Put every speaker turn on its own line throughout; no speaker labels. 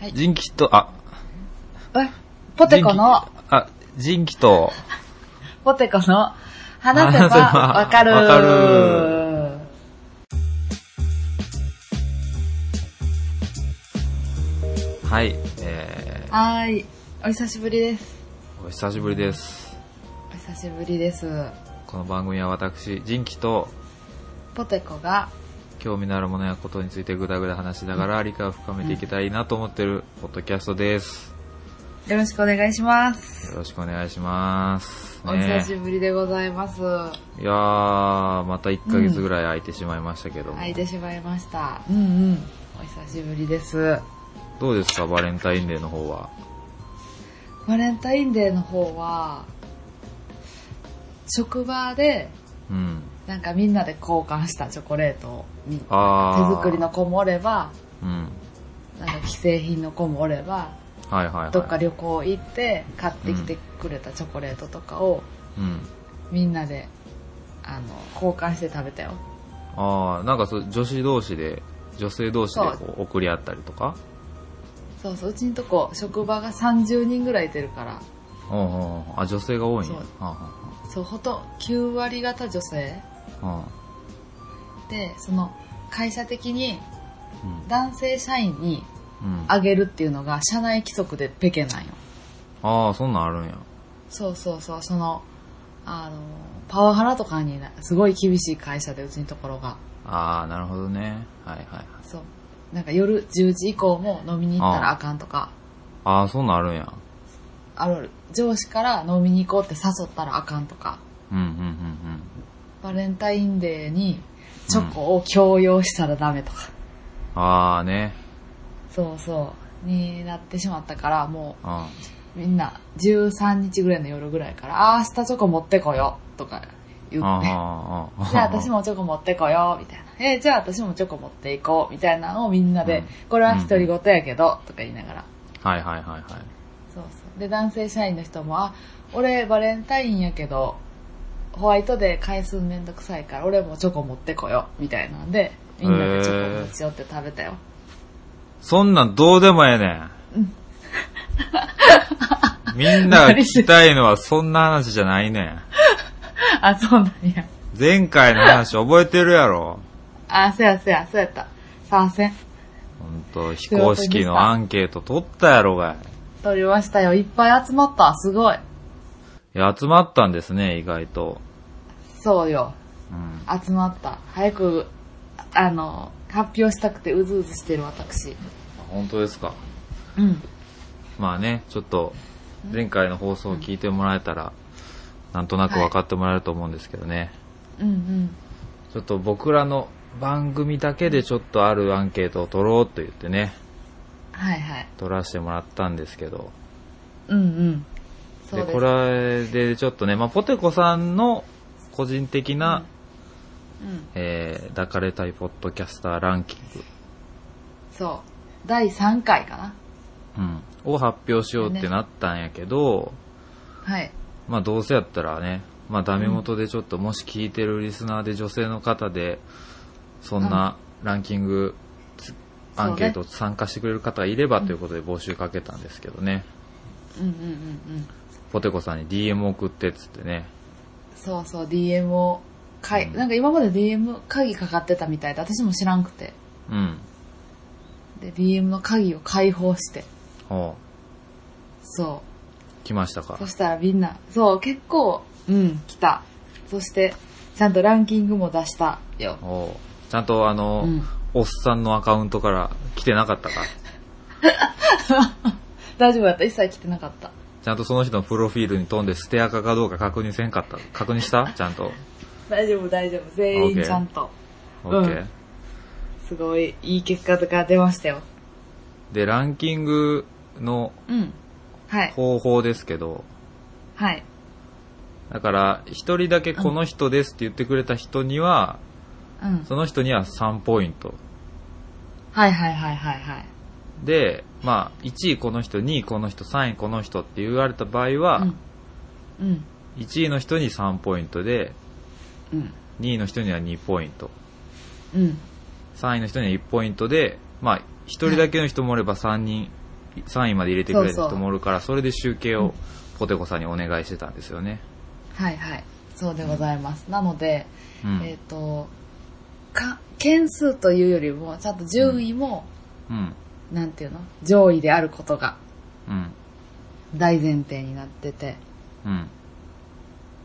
はい
人気と、あ、
え、ポテコの
人、気あ、人気と、
ポテコの、話せばわかる。
話せばわかる
は
はい、え
ーい。お久しぶりです。
ー、お久しぶりです。
お久しぶりです。
この番組は私、人気と、
ポテコが、
興味のあるものやことについてぐだぐだ話しながら理解を深めていけたらいいなと思ってるポッドキャストです。
よろしくお願いします。
よろしくお願いします。
お
ね
久しぶりでございます。
いやー、また1ヶ月ぐらい空いてしまいましたけども、
開いてしまいました。うんうん。お久しぶりです。
どうですか、バレンタインデーの方は。
バレンタインデーの方は、職場で、
うん。
なんかみんなで交換したチョコレートをみ
あー。
手作りの。子もおれば、
うん。
なんか既製品の子もおれば、
はいはいはい。
どっか旅行行って買ってきてくれたチョコレートとかを
うん。
みんなで、あの、交換して食べたよ。
ああ、なんかそう、女子同士で、女性同士で
そ
こう送り合ったりとか。
そうそう、うちのとこ職場が30人ぐらいいてるから、
うんうんうん。あ、女性が多いんや。
そう
は
そう、ほと、9割方女性
あはあは
で、その、会社的に
あうん
男性社員に
うん。
あげるっていうのが社内規則でペケなんよ。
ああ、そんなんあるんや。
そうそうそう、その、あの、パワハラとかになすごい厳しい会社で、うちのところが。
ああ、なるほどね。はいはいはい。
そう。なんか夜10時以降も飲みに行ったらあかんとか、
ああ、そんなんあるんや。
ある上司から飲みに行こうって誘ったらあかんとか、
うんうんうんうん。
バレンタインデーにチョコを強要したらダメとか、
ああね。
そうそう、になってしまったから、も
うん。あ
うみんな13日ぐらいの夜ぐらいから、あー明日チョコ持ってこようとか言
あ
って、
ああ。
じゃあ私
も。
もチョコ持ってこようみたいな。えーじゃあ私もチョコ持っていこうみたいなのをみんなで、
うん
これは独り言やけど、とか言いながら。
はいはいはいはい。
そうそう。で、男性社員の人も、あ、俺バレンタインやけど、ホワイトで返すんめんどくさいから、俺もチョコ持ってこよ、みたいなんで、みんなでチョコ持ち寄って食べたよ。
そんなんどうでもええねん。みんなが聞きたいのはそんな話じゃない ねん。
あ、そうなんや。
前回の話覚えてるやろ。
あ、そうやそうや、そうやった。参戦。
本 当非公式のアンケート取ったやろがい。
取りましたよ。いっぱい集まった。すごい。
いや、集まったんですね、意外と。
そうよ。
うん。
集まった。早く、あの、発表したくてうずうずしてる私。
本当ですか。
うん。
まあね、ちょっと、前回の放送を聞いてもらえたら、なんとなく分かってもらえると思うんですけどね。
うんうん。
ちょっと僕らの番組だけでちょっとあるアンケートを取ろうと言ってね、
はいはい。
取らせてもらったんですけど。
うんうん。そう
で、
です。
これでちょっとね、まあ、ポテコさんの個人的な、
うん。
えー、抱かれたいポッドキャスターランキング、
そう。第3回かな。
うん、を発表しようってなったんやけど、
はい。
まあどうせやったらね、まあダメ元でちょっともし聞いてるリスナーで女性の方で、そんなランキング、つアンケート参加してくれる方がいればということで募集かけたんですけどね、
うんうんうんうん。
ポテコさんに DM 送ってっつってね、
そうそう、DM を、かい、
うん
なんか今まで DM 鍵かかってたみたいで、私も知らんくて。
うん、
で、DM の鍵を開放して。
ほ、
そう
来ました
う。
か
そ。したらみんな、そう、結構、うん、来た。そして、ちゃんとランキングも出したよ。
ほう、ちゃんとあの、
うん
おっさんのアカウントから来てなかったか。
大丈夫だった一切来てなかった。
ちゃんとその人のプロフィールに飛んで捨てアカかどうか確認せんかった。確認したちゃんと。
大丈夫、大丈夫。全員
OK
ちゃんと。
オッケ
う
ー
んすごい、いい結果とか出ましたよ。
で、ランキングの
うん。はい。
方法ですけど、
はい。
だから、一人だけこの人ですって言ってくれた人には、
うん。
その人には3ポイント。
はいはいはいはいはい。
で、まあ、1位この人、2位この人、3位この人って言われた場合は、
うん。うん。
1位の人に3ポイントで、
うん。
2位の人には2ポイント、
うん。
3位の人には1ポイントで、まあ、一人だけの人もおれば3人3位まで入れてくれる人もおるから、それで集計をポテコさんにお願いしてたんですよね。
はいはい。そうでございます。なので、
うん。
えっ、と、か、件数というよりも、ちゃんと順位も、
うん。
なんていうの上位であることが
うん。
大前提になってて。
うん。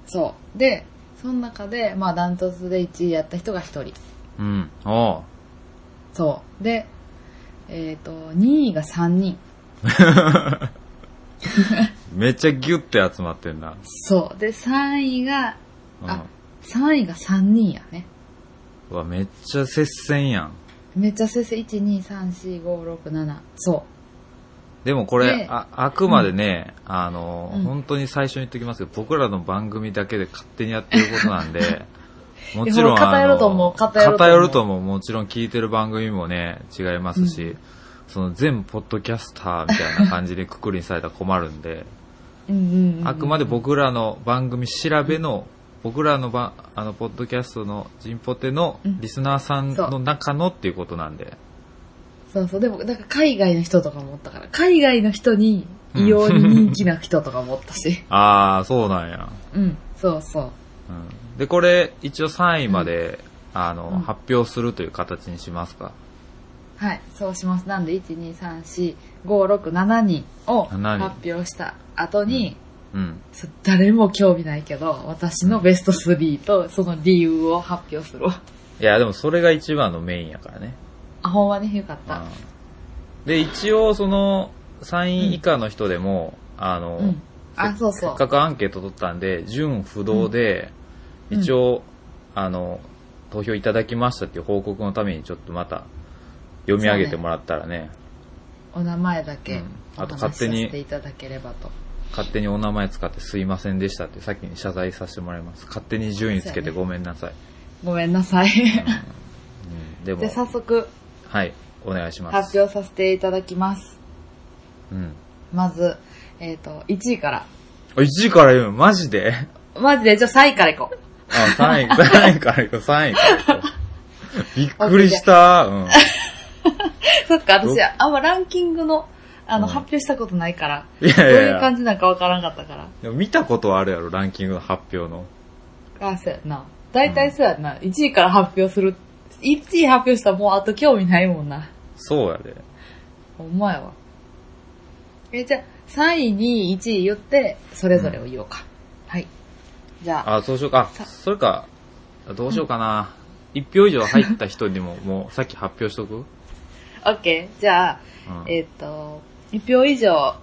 そう。で、その中で、まあ、ダントツで1位やった人が1人。
うん。おう。
そう。で、えっ、と、2位が3人。
めっちゃギュッて集まってんな。
そう。で、3位が、
うん。
あ、3位が3人やね。
うわ、めっちゃ接戦やん。
めっちゃ先生、1、2、3、4、5、6、7。そ
でもこれ、
ね
ああくまでね、あの、
うん
本当に最初に言っておきますけど、僕らの番組だけで勝手にやってることな んで、もちろ
い
ん、
や
あ
偏
の
ると思う偏ると思う
偏ると思うもちろん聞いてる番組もね、違いますし、その全ポッドキャスターみたいな感じでくくりにされたら困るんで、
う。うんうん、うん。
あくまで僕らの番組調べの、僕らのばあのポッドキャストのジンポテの
うん
リスナーさん
そう
の中のっていうことなんで、
そうそう。でも、なんか海外の人とかもおったから、海外の人に異様に人気な人とかもおったし。
ああ、そうなんや。
うん、そうそう。
うんで、これ、一応3位まで、あの、
うん
発表するという形にしますか。
はい、そうします。なんで、1、2、3、4、5、6、7人を
7人
発表した後に、
うん。
ちょ誰も興味ないけど、私のベスト3とその理由を発表するわ。
いや、でもそれが一番のメインやからね。
あ、ほんまによかった。
うんで、一応、その、3位以下の人でも、あの、
うん。あ、そう
せ
そ
っ
う。
かくアンケート取ったんで、順不動で、
うん
一応、あの、投票いただきましたっていう報告のために、ちょっとまた、読み上げてもらったらね、
お名前だけ、
うんあと
お話し
勝手
さ
に
せていただければと。
勝手にお名前使ってすいませんでしたって、先に謝罪させてもらいます。勝手に順位つけてごめんなさい。
ごめんなさい。
うんでも
で、、早速、
はい、お願いします。
発表させていただきます。
うん。
まず、えっ、と、1位から。
あ、1位から言うのマジで
マジで、じゃあ3位からいこう。
あ、3位、3位から行 こう、3位から行こう。びっくりした。うん。
そっか、私
ど、
あんまランキングの、あの、
うん
発表したことないから、
いやい
どういう
やい
感
や。
じなんかわからんかったから。
でも見たことはあるやろ、ランキングの発表の。
あ、そうやな。大体そうやな。1位から発表する。1位発表したらもうあと興味ないもんな。
そうやで。
ほんまやわ。え、じゃあ、3位、2位、1位言って、それぞれを言おうか。はい。じゃあ、
あ、そうしようか。あ
さ
それか、どうしようかな。1票以上入った人にも、もうさっき発表しとく
オッケー。じゃあ、
うん
えっ、と、1票以上、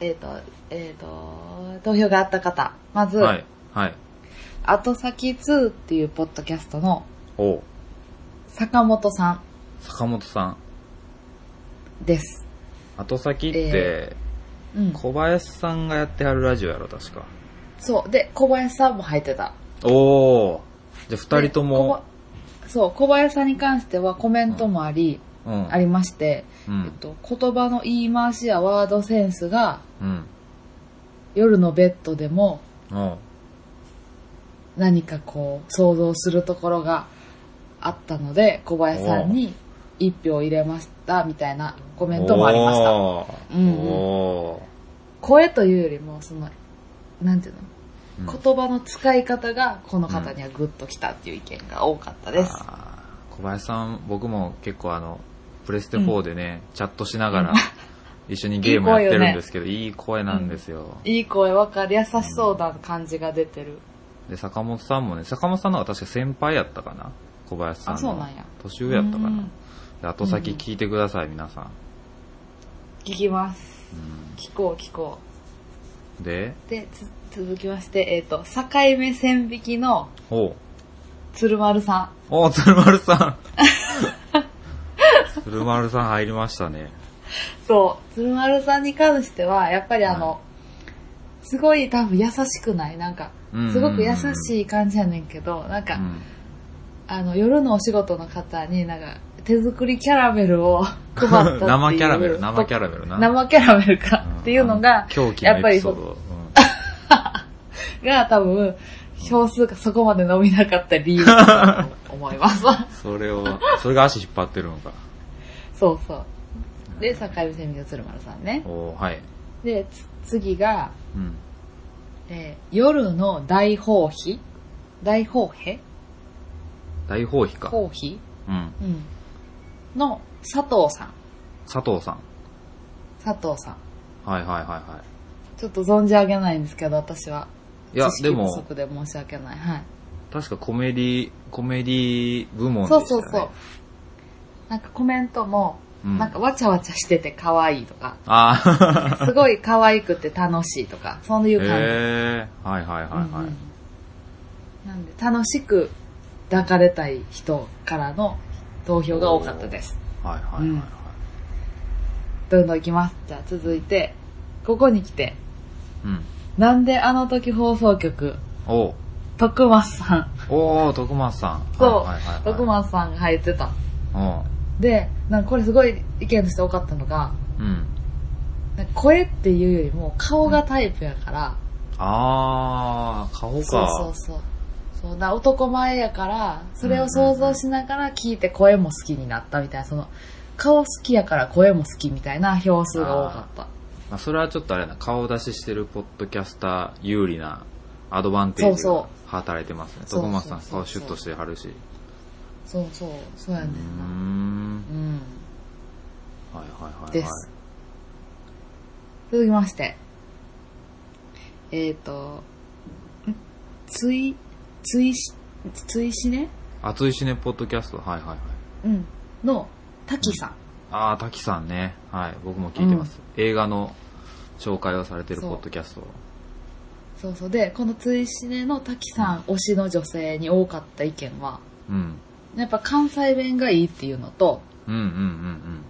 えっ、と、えっ、と、投票があった方。まず、
はい。はい。
後先2っていうポッドキャストの
おう
坂本さん
坂本さん。
です。
後先って、
えうん。
小林さんがやってはるラジオやろ、確か。
そう。で、小林さんも入ってた。
おー。じゃあ二人と
で小
も
ば、そう、小林さんに関してはコメントもあり、
うん。
ありまして、
うん
えっと、言葉の言い回しやワードセンスが
うん。
夜のベッドでも
おう
何かこう想像するところがあったので、小林さんに一票入れましたみたいなコメントもありました。
おー
うんうん
お
声というよりも、その、なんていうの
ーうん
言葉の使い方がこの方にはグッときたっていう意見が多かったです。
あー小林さん、僕も結構あの、プレステ4でね、チャットしながら、一緒にゲームやってる んですけど、いい声なんですよ。
いい声わかる。優しそうな感じが出てる。
で、坂本さんもね、坂本さんの方が確か先輩やったかな小林さんの。
あそうなんや
年上やったか
う。
なんで後先聞いてください、皆さん。
聞きます。聞こう聞こ
うんで、
う。で、つ続きまして、えっ、と、境目線引きの
おう。
鶴丸さ
おう、鶴 丸さん。鶴丸さん入りましたね。
ん。そう、鶴丸さんに関しては、やっぱりあの、
は
すごい多分優しくないなんか
うんうんうん、
すごく優しい感じやねんけど、なんか、
うん
あの、夜のお仕事の方になんか、手作りキャラメルを 配ったっていう。
生キャラメル、生キャラメルな。
生キャラメルか
うん
っていうのが、
狂気
や
の
っぱ
エピ
り
ソー
そ
ド。
が多分、票数がそこまで伸びなかった理由だ と思います。
うんそれを、それが足引っ張ってるのか。
そうそう。で、坂井泉水鶴丸さんね。
おーはい。
で、つ次が、
うん。
えー夜の大放飛大放屁
大放棄か。
放飛
うん。
うん。の佐藤さん。
佐藤さん。
佐藤さん。
はいはいはいは
ちょっと存じ上げないんですけど、私は。
い。いや
知、識
で
不
も、
足で申し訳ない。はい。
確かコメディ、コメディ部門でした
そ
よ
う
ね。
そうそう。なんかコメントも、
うん
なんかわちゃわちゃしてて可愛いとか、
ああ、
すごい可愛くて楽しいとか、そうい
へ
う感じ。
えー。はいはいはいはい。
うんうんなんで、楽しく抱かれたい人からの投票が多かったです。
はいはいはいはい。
どんどんいきます。じゃあ続いて、ここに来て、
うん。
なんであの時放送局、
おー
徳松さん、
おー、徳松さん。
そう、
はいはいはいはい、
徳松さんが入ってた。
おー
で、なんかこれすごい意見として多かったのが、
うん。
なんか声っていうよりも顔がタイプやから、
あー、顔か。
そうそうそう。そうだ男前やから、それを想像しながら聞いて声も好きになったみたいな、その、顔好きやから声も好きみたいな票数が多かった。
まあ、それはちょっとあれだな、顔出ししてるポッドキャスター有利なアドバンテージ
そう
が
そ
働いてますね。
そう
徳
そうそう
松さん顔シュッとしてはるし。
そうそう、そうやね
う
ん
ー
な。
ん。
うん。
はいはいはい、はい。
です。続きまして。えっ、ー、と、んつい、ついし、ついしね
熱いしね、ポッドキャスト。はいはいはい。
うん。の、たきさん。
あー、滝さんね。はい。僕も聞いてます。映画の紹介をされてる
そう
ポッドキャスト。
そうそう。で、このついしねのたきさん推しの女性に多かった意見は、
うん。
やっぱ関西弁がいいっていうのと、
うんうんうんうん。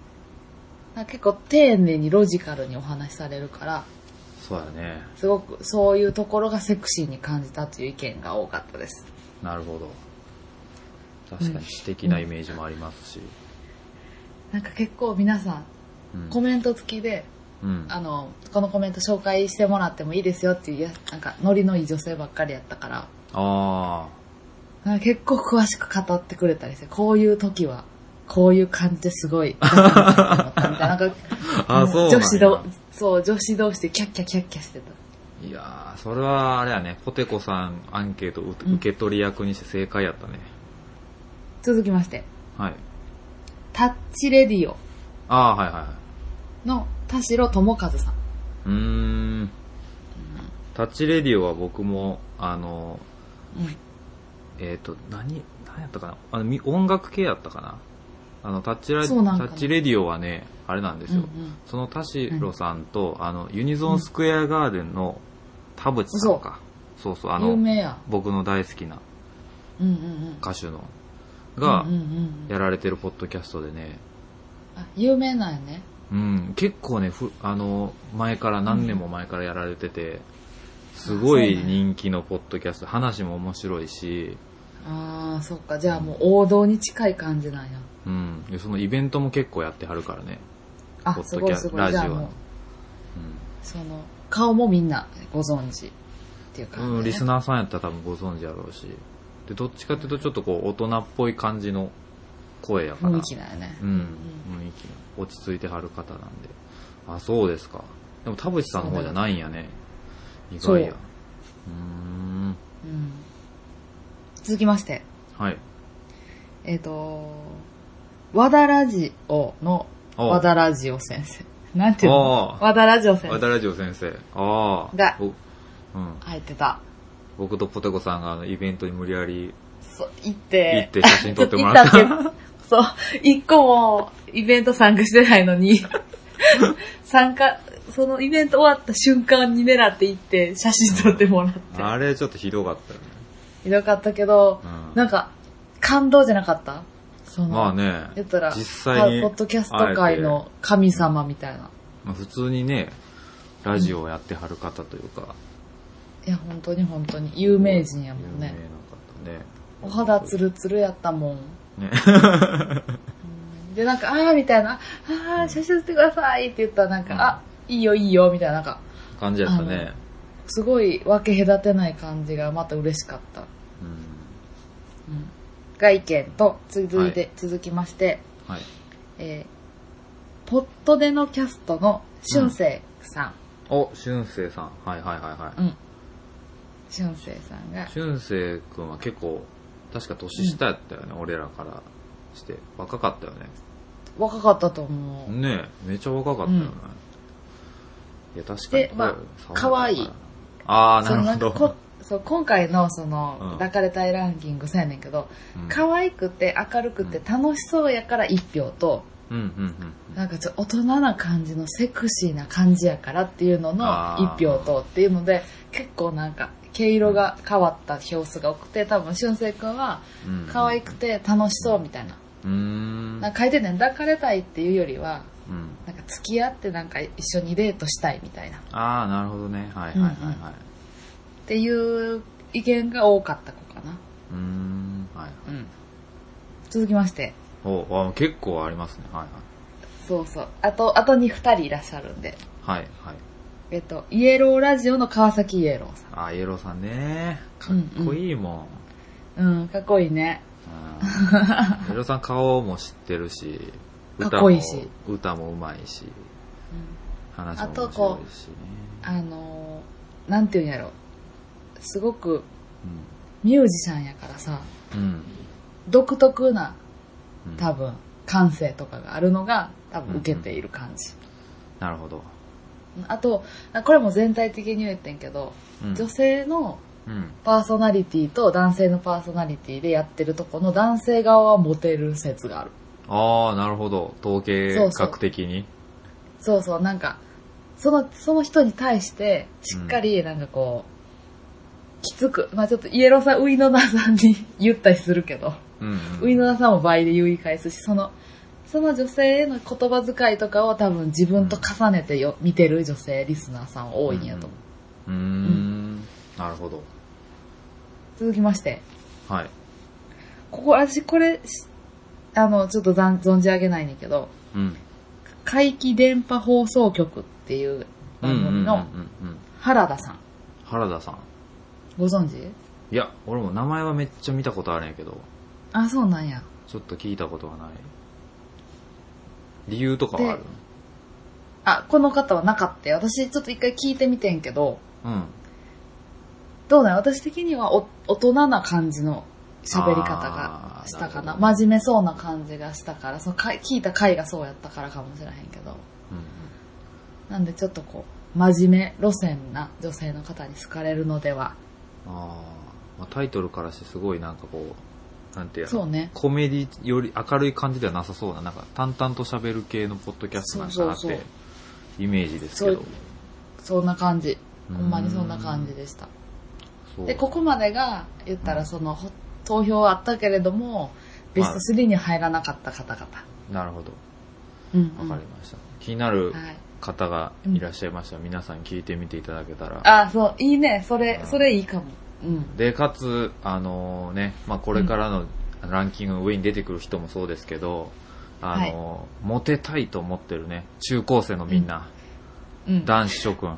なんか結構丁寧にロジカルにお話しされるから、
そうやね。
すごくそういうところがセクシーに感じたという意見が多かったです。
なるほど。確かに知的なイメージもありますし。
なんか結構皆さん、
うん。
コメント付きで、
うん、
あの、このコメント紹介してもらってもいいですよっていうや、なんかノリのいい女性ばっかりやったから、
あ
なんか結構詳しく語ってくれたりして、こういう時は、こういう感じですごい、だから思ったみたいな。なんか、
ー。 あー、そうなんや
女子同、そう、女子同士でキャッキャキャッキャしてた。
いやー、それはあれやね、ポテコさんアンケート受
うん
受け取り役にして正解やったね。
続きまして、
はい。
タッチレディオ。
あー、はいはいはい。
の田代智和さん。
うーん。タッチレディオは僕も、あの、
うん。
えっ、と、何、何やったかなあの、み音楽系やったかなあの、タッチラ、タ
そうなんかな
ッチレディオはね、あれなんですよ。
うんうん
その田代さんと、あの、ユニゾンスクエアガーデンの田淵さんか。そうそう、あ
有
の、
名や。
僕の大好きな
うんうんうん。
歌手の、が
うんう、んうんうん
やられてるポッドキャストでね、
あ、有名なんやね。
うん、結構ねふあの前から何年も前からやられてて、すごい人気のポッドキャスト話も面白いし、
あー、そっか。じゃあもう王道に近い感じなんや。
うん、でそのイベントも結構やってはるからね、
あ
ポ、
す
ッド
ご
キ
い
ャ
す
スト
ごい。
ラ
じ
ジ
ゃあ
オ
もう
の、、
その、顔もみんなご存知っていう
う
感じ、
ん
ね。
うん、リスナーさんやったら多分ご存知やろうしでどっちかっていうとちょっとこう大人っぽい感じの声やから
雰囲気だよね。
うん、雰囲気の落ち着いてはる方なんであそうですかでも田淵さんの方じゃないんやね意
そう
外やうーん
うん。続きまして、
はい
えっ、と、和田ラジオの
お
和田ラジオ先生。 なんていうの
お
和田ラジオ先
和
生
田ラジオ先生。ああ。
が
ぼうん。
入ってた。
僕とポテコさんがあのイベントに無理やり
そう、行って。
行って写真撮ってもらった。
行たってそう、一個もイベント参加してないの に、参加、そのイベント終わった瞬間に狙って行って、写真撮ってもらっ
あれちょっとひどかったよね。
て。ひどかったけど、
うん
なんか、感動じゃなかったその、
まあね
言ったら、、
実際に、
ポッドキャスト界の神様みたいな。
まあ、普通にね、ラジオをやってはる方というか、
いや、本当に本当に、有名人やもんね
有。名な方ね。
お肌ツルツルやったもん。
ね。
で、なんか、あーみたいな、あー、写真撮ってくださいって言ったら、なんか、あ、いいよいいよ、みたいな、なんか、
感じやったね。
すごい分け隔てない感じがまた嬉しかった。
うん。
が意見と続いて、
はい
続きまして、
はい。
えー、ポットでのキャストのしゅんせいさ
お、しゅんせいさん。はいはいはいは
ん。うん。しゅんせいさんが
い。。しゅんせいくんは結構、確か年下やったよね、俺らからして。若かったよね。
若かったと思う。
ねえ、めちゃ若かったよね。
うん
いや、確かに。
でまあ
これ
可愛い。
ああ、
その
なる
ん
ほ
か
ど
こ。そう今回のその、
うん
抱かれたいランキングそうやねんけど、
うん
可愛くて明るくて楽しそうやから1票と、
うんうんうん。
なんかちょっと大人な感じのセクシーな感じやからっていうのの
あ
1
ー
票とっていうので、結構なんか毛色が変わった票数が多くて、多分俊く君は
うん
可愛くて楽しそうみたいな。
うーん。
なんか書いてんねん、抱かれたいっていうよりは、
うん
なんか付き合ってなんか一緒にデートしたいみたいな。っ
ああ、なるほどね。はいはいはいはい。
ていう意見が多かった子かな。
うーん。はい。
うん。続きまして。
お、あ結構ありますね。はい
そうそう。あと、あとに2人いらっしゃるんで。
はい。はいはい。
えっと、イエローラジオの川崎イエローさ
あーイエローさんね。かっこいい もん。
ん。うん、かっこいいね。
うんイエローさん顔も知ってるし、
かっ
歌
こ
も
いいし
歌もうまいし、話も
あと
面
こ
白
う
いしね。
あのー、なんていうんやろ。すごく
うん
ミュージシャンやからさ、
うん。
独特な
うん
多分感性とかがあるのが多分受けている感じ。
なるほど。
あと、これも全体的に言ってんけど、
うん
女性の
うん。
パーソナリティと男性のパーソナリティでやってるとこの男性側はモテる説がある。
ああ、なるほど。統計学的に。
そうそう、なんか、その、その人に対して、しっかり、なんかこう、きつく、まあちょっとイエローさん、ウイノナさんに言ったりするけど、
うんうん
ウイノナさんも倍で言い返すし、その、その女性への言葉遣いとかを多分自分と重ねてよ、見てる女性リスナーさん多いんやと思う。
うんうん。なるほど。
続きまして、
はい。
ここ、私これ、しあの、ちょっとざん存じ上げないねんだけど、
うん。
怪奇電波放送局っていう
うんうん
番
うんう
組
ん
の
うん。
原田さん。
原田さん。
ご存知
いや、俺も名前はめっちゃ見たことあるんやけど、
あ、そうなんや。
ちょっと聞いたことはない。理由とかはある
であ、この方はなかったよ。私ちょっと一回聞いてみてんけど、
うん。
どうなんや私的にはお大人な感じの喋り方がしたかな
あーなるほど
真面目そうな感じがしたから、その回聞いた回がそうやったからかもしれへんけど。
うん
なんでちょっとこう、真面目路線な女性の方に好かれるのでは。
あー、まあ、タイトルからしてすごいなんかこう、なんていうの
そうね
コメディより明るい感じではなさそうな、なんか淡々と喋る系のポッドキャストなんかなっ
そうそう
て
そ、
イメージですけど。
そうそんな感じ。
う
ほ
ん
んまにそんな感じでした。
そう
で、ここまでが、言ったらその、ほ投票あったけれども、ベスト3に入らなかった方々。
なるほど。
うん、
わかりました。気になる
はい。
方がいらっしゃいましたら、皆さん聞いてみていただけたら。
あ、そう、いいね。それ、それいいかも。うん。
で、かつ、あのね、まあ、これからのランキングの上に出てくる人もそうですけど、あのモテたいと思ってるね、中高生のみんな、
うん。
男子諸君、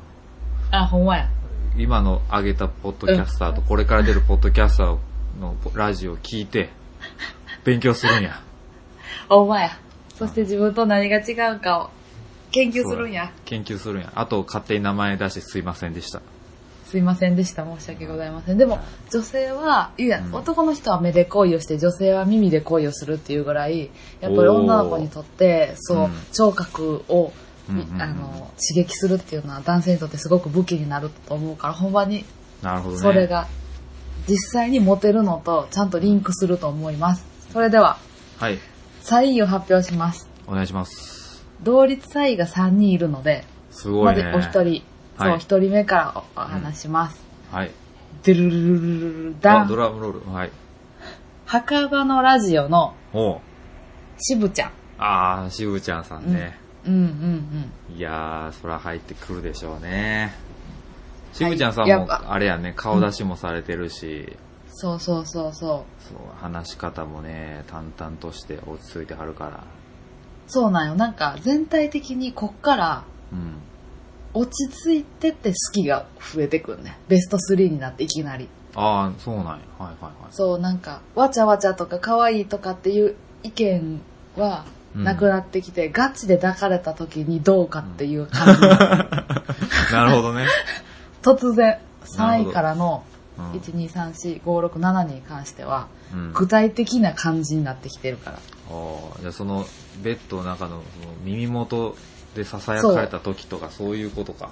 あ、ほんまや。
今の上げたポッドキャスターと、これから出るポッドキャスターのラジオを聞いて、勉強するんや。
ほんまや。そして自分と何が違うかを研究するんや。
研究するんや。あと、勝手に名前出してすいませんでした。
すいませんでした。申し訳ございません。でも、女性は、いや、
うん
男の人は目で恋をして、女性は耳で恋をするっていうぐらい、やっぱり
おー
女の子にとって、そう、
うん
聴覚を、
うんうんうん
あの、刺激するっていうのは男性にとってすごく武器になると思うから、ほんまに
なるほどね。
それが実際にモテるのとちゃんとリンクすると思います。それでは、
はい。
3位を発表します。
お願いします。
同率3位が3人いるので、
すごいね。
まずお一人、
はい
そう、一人目からおお話します。
はい。
ドゥルルルルルルダ
あ、ド
ン。
ラムロール。はい。
墓場のラジオの
おう。
しぶちゃん。
あー、しぶちゃんさんね。
うんうんうん。
いやー、そら入ってくるでしょうね。しぶちゃんさん
やっ
も、
ぱ
あれやね、顔出しもされてるし、
そうそうそうそう。
そう、話し方もね、淡々として落ち着いてはるから。
そうなんよ。なんか全体的にこっから
うん。
落ち着いてって好きが増えてくんね。ベスト3になっていきなり。
あー、そうなんや。はいはいはい。
そう、なんか、わちゃわちゃとか可愛いとかっていう意見は、
うん
なくなってきて、ガチで抱かれた時にどうかっていう感じになる。
なるほどね。
突然、
なるほ
3
ど
位からの、
うん
1、2、3、4、5、6、7に関しては、
うん。
具体的な感じになってきてるから。
ああ、じゃあその、ベッドの中のその耳元で囁かれた時とかそういうことか。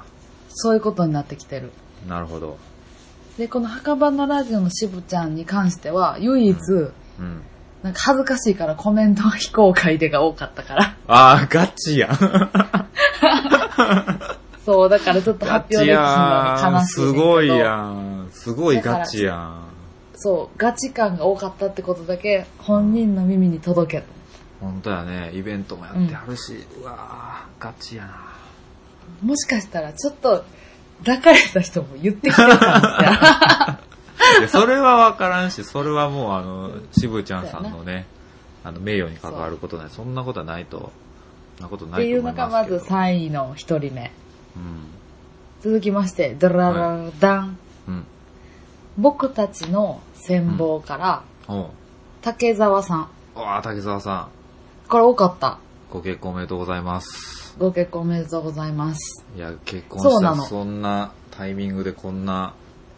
そういうことになってきてる。
なるほど。
で、この墓場のラジオのしぶちゃんに関しては、唯一、
うん。
なんか恥ずかしいからコメントは非公開でが多かったから。
ああ、ガチやん。
そう、だからちょっと
ガ
発
チ
表できひんのが
や
悲
ん。
しいねん
す
けど。
ごいやん。すごいガチやん。
そう、ガチ感が多かったってことだけ、本人の耳に届けと。
本当やね。イベントもやってはるし。うわーガチやな。
もしかしたら、ちょっと、抱かれた人も言ってきてる かもしれない。
いやそれは分からんし、それはもう、あの、渋ちゃんさんのね、あの、名誉に関わることない。そんなことはないと、そんなこと
っ
な
て
い
い
と
う
思
の
いま
が、
す
ま
け
ず
ど。
3位の1人目。
うん。
続きまして、ドラララダン。
うん。
僕たちの戦望から、
おう。
竹澤さん。
ああ、竹澤さん、
これ多かった。
ご結婚おめでとうございます。
ご結婚おめでとうございます。
いや、結婚し
そうな
たら
の
そんなタイミングでこんな、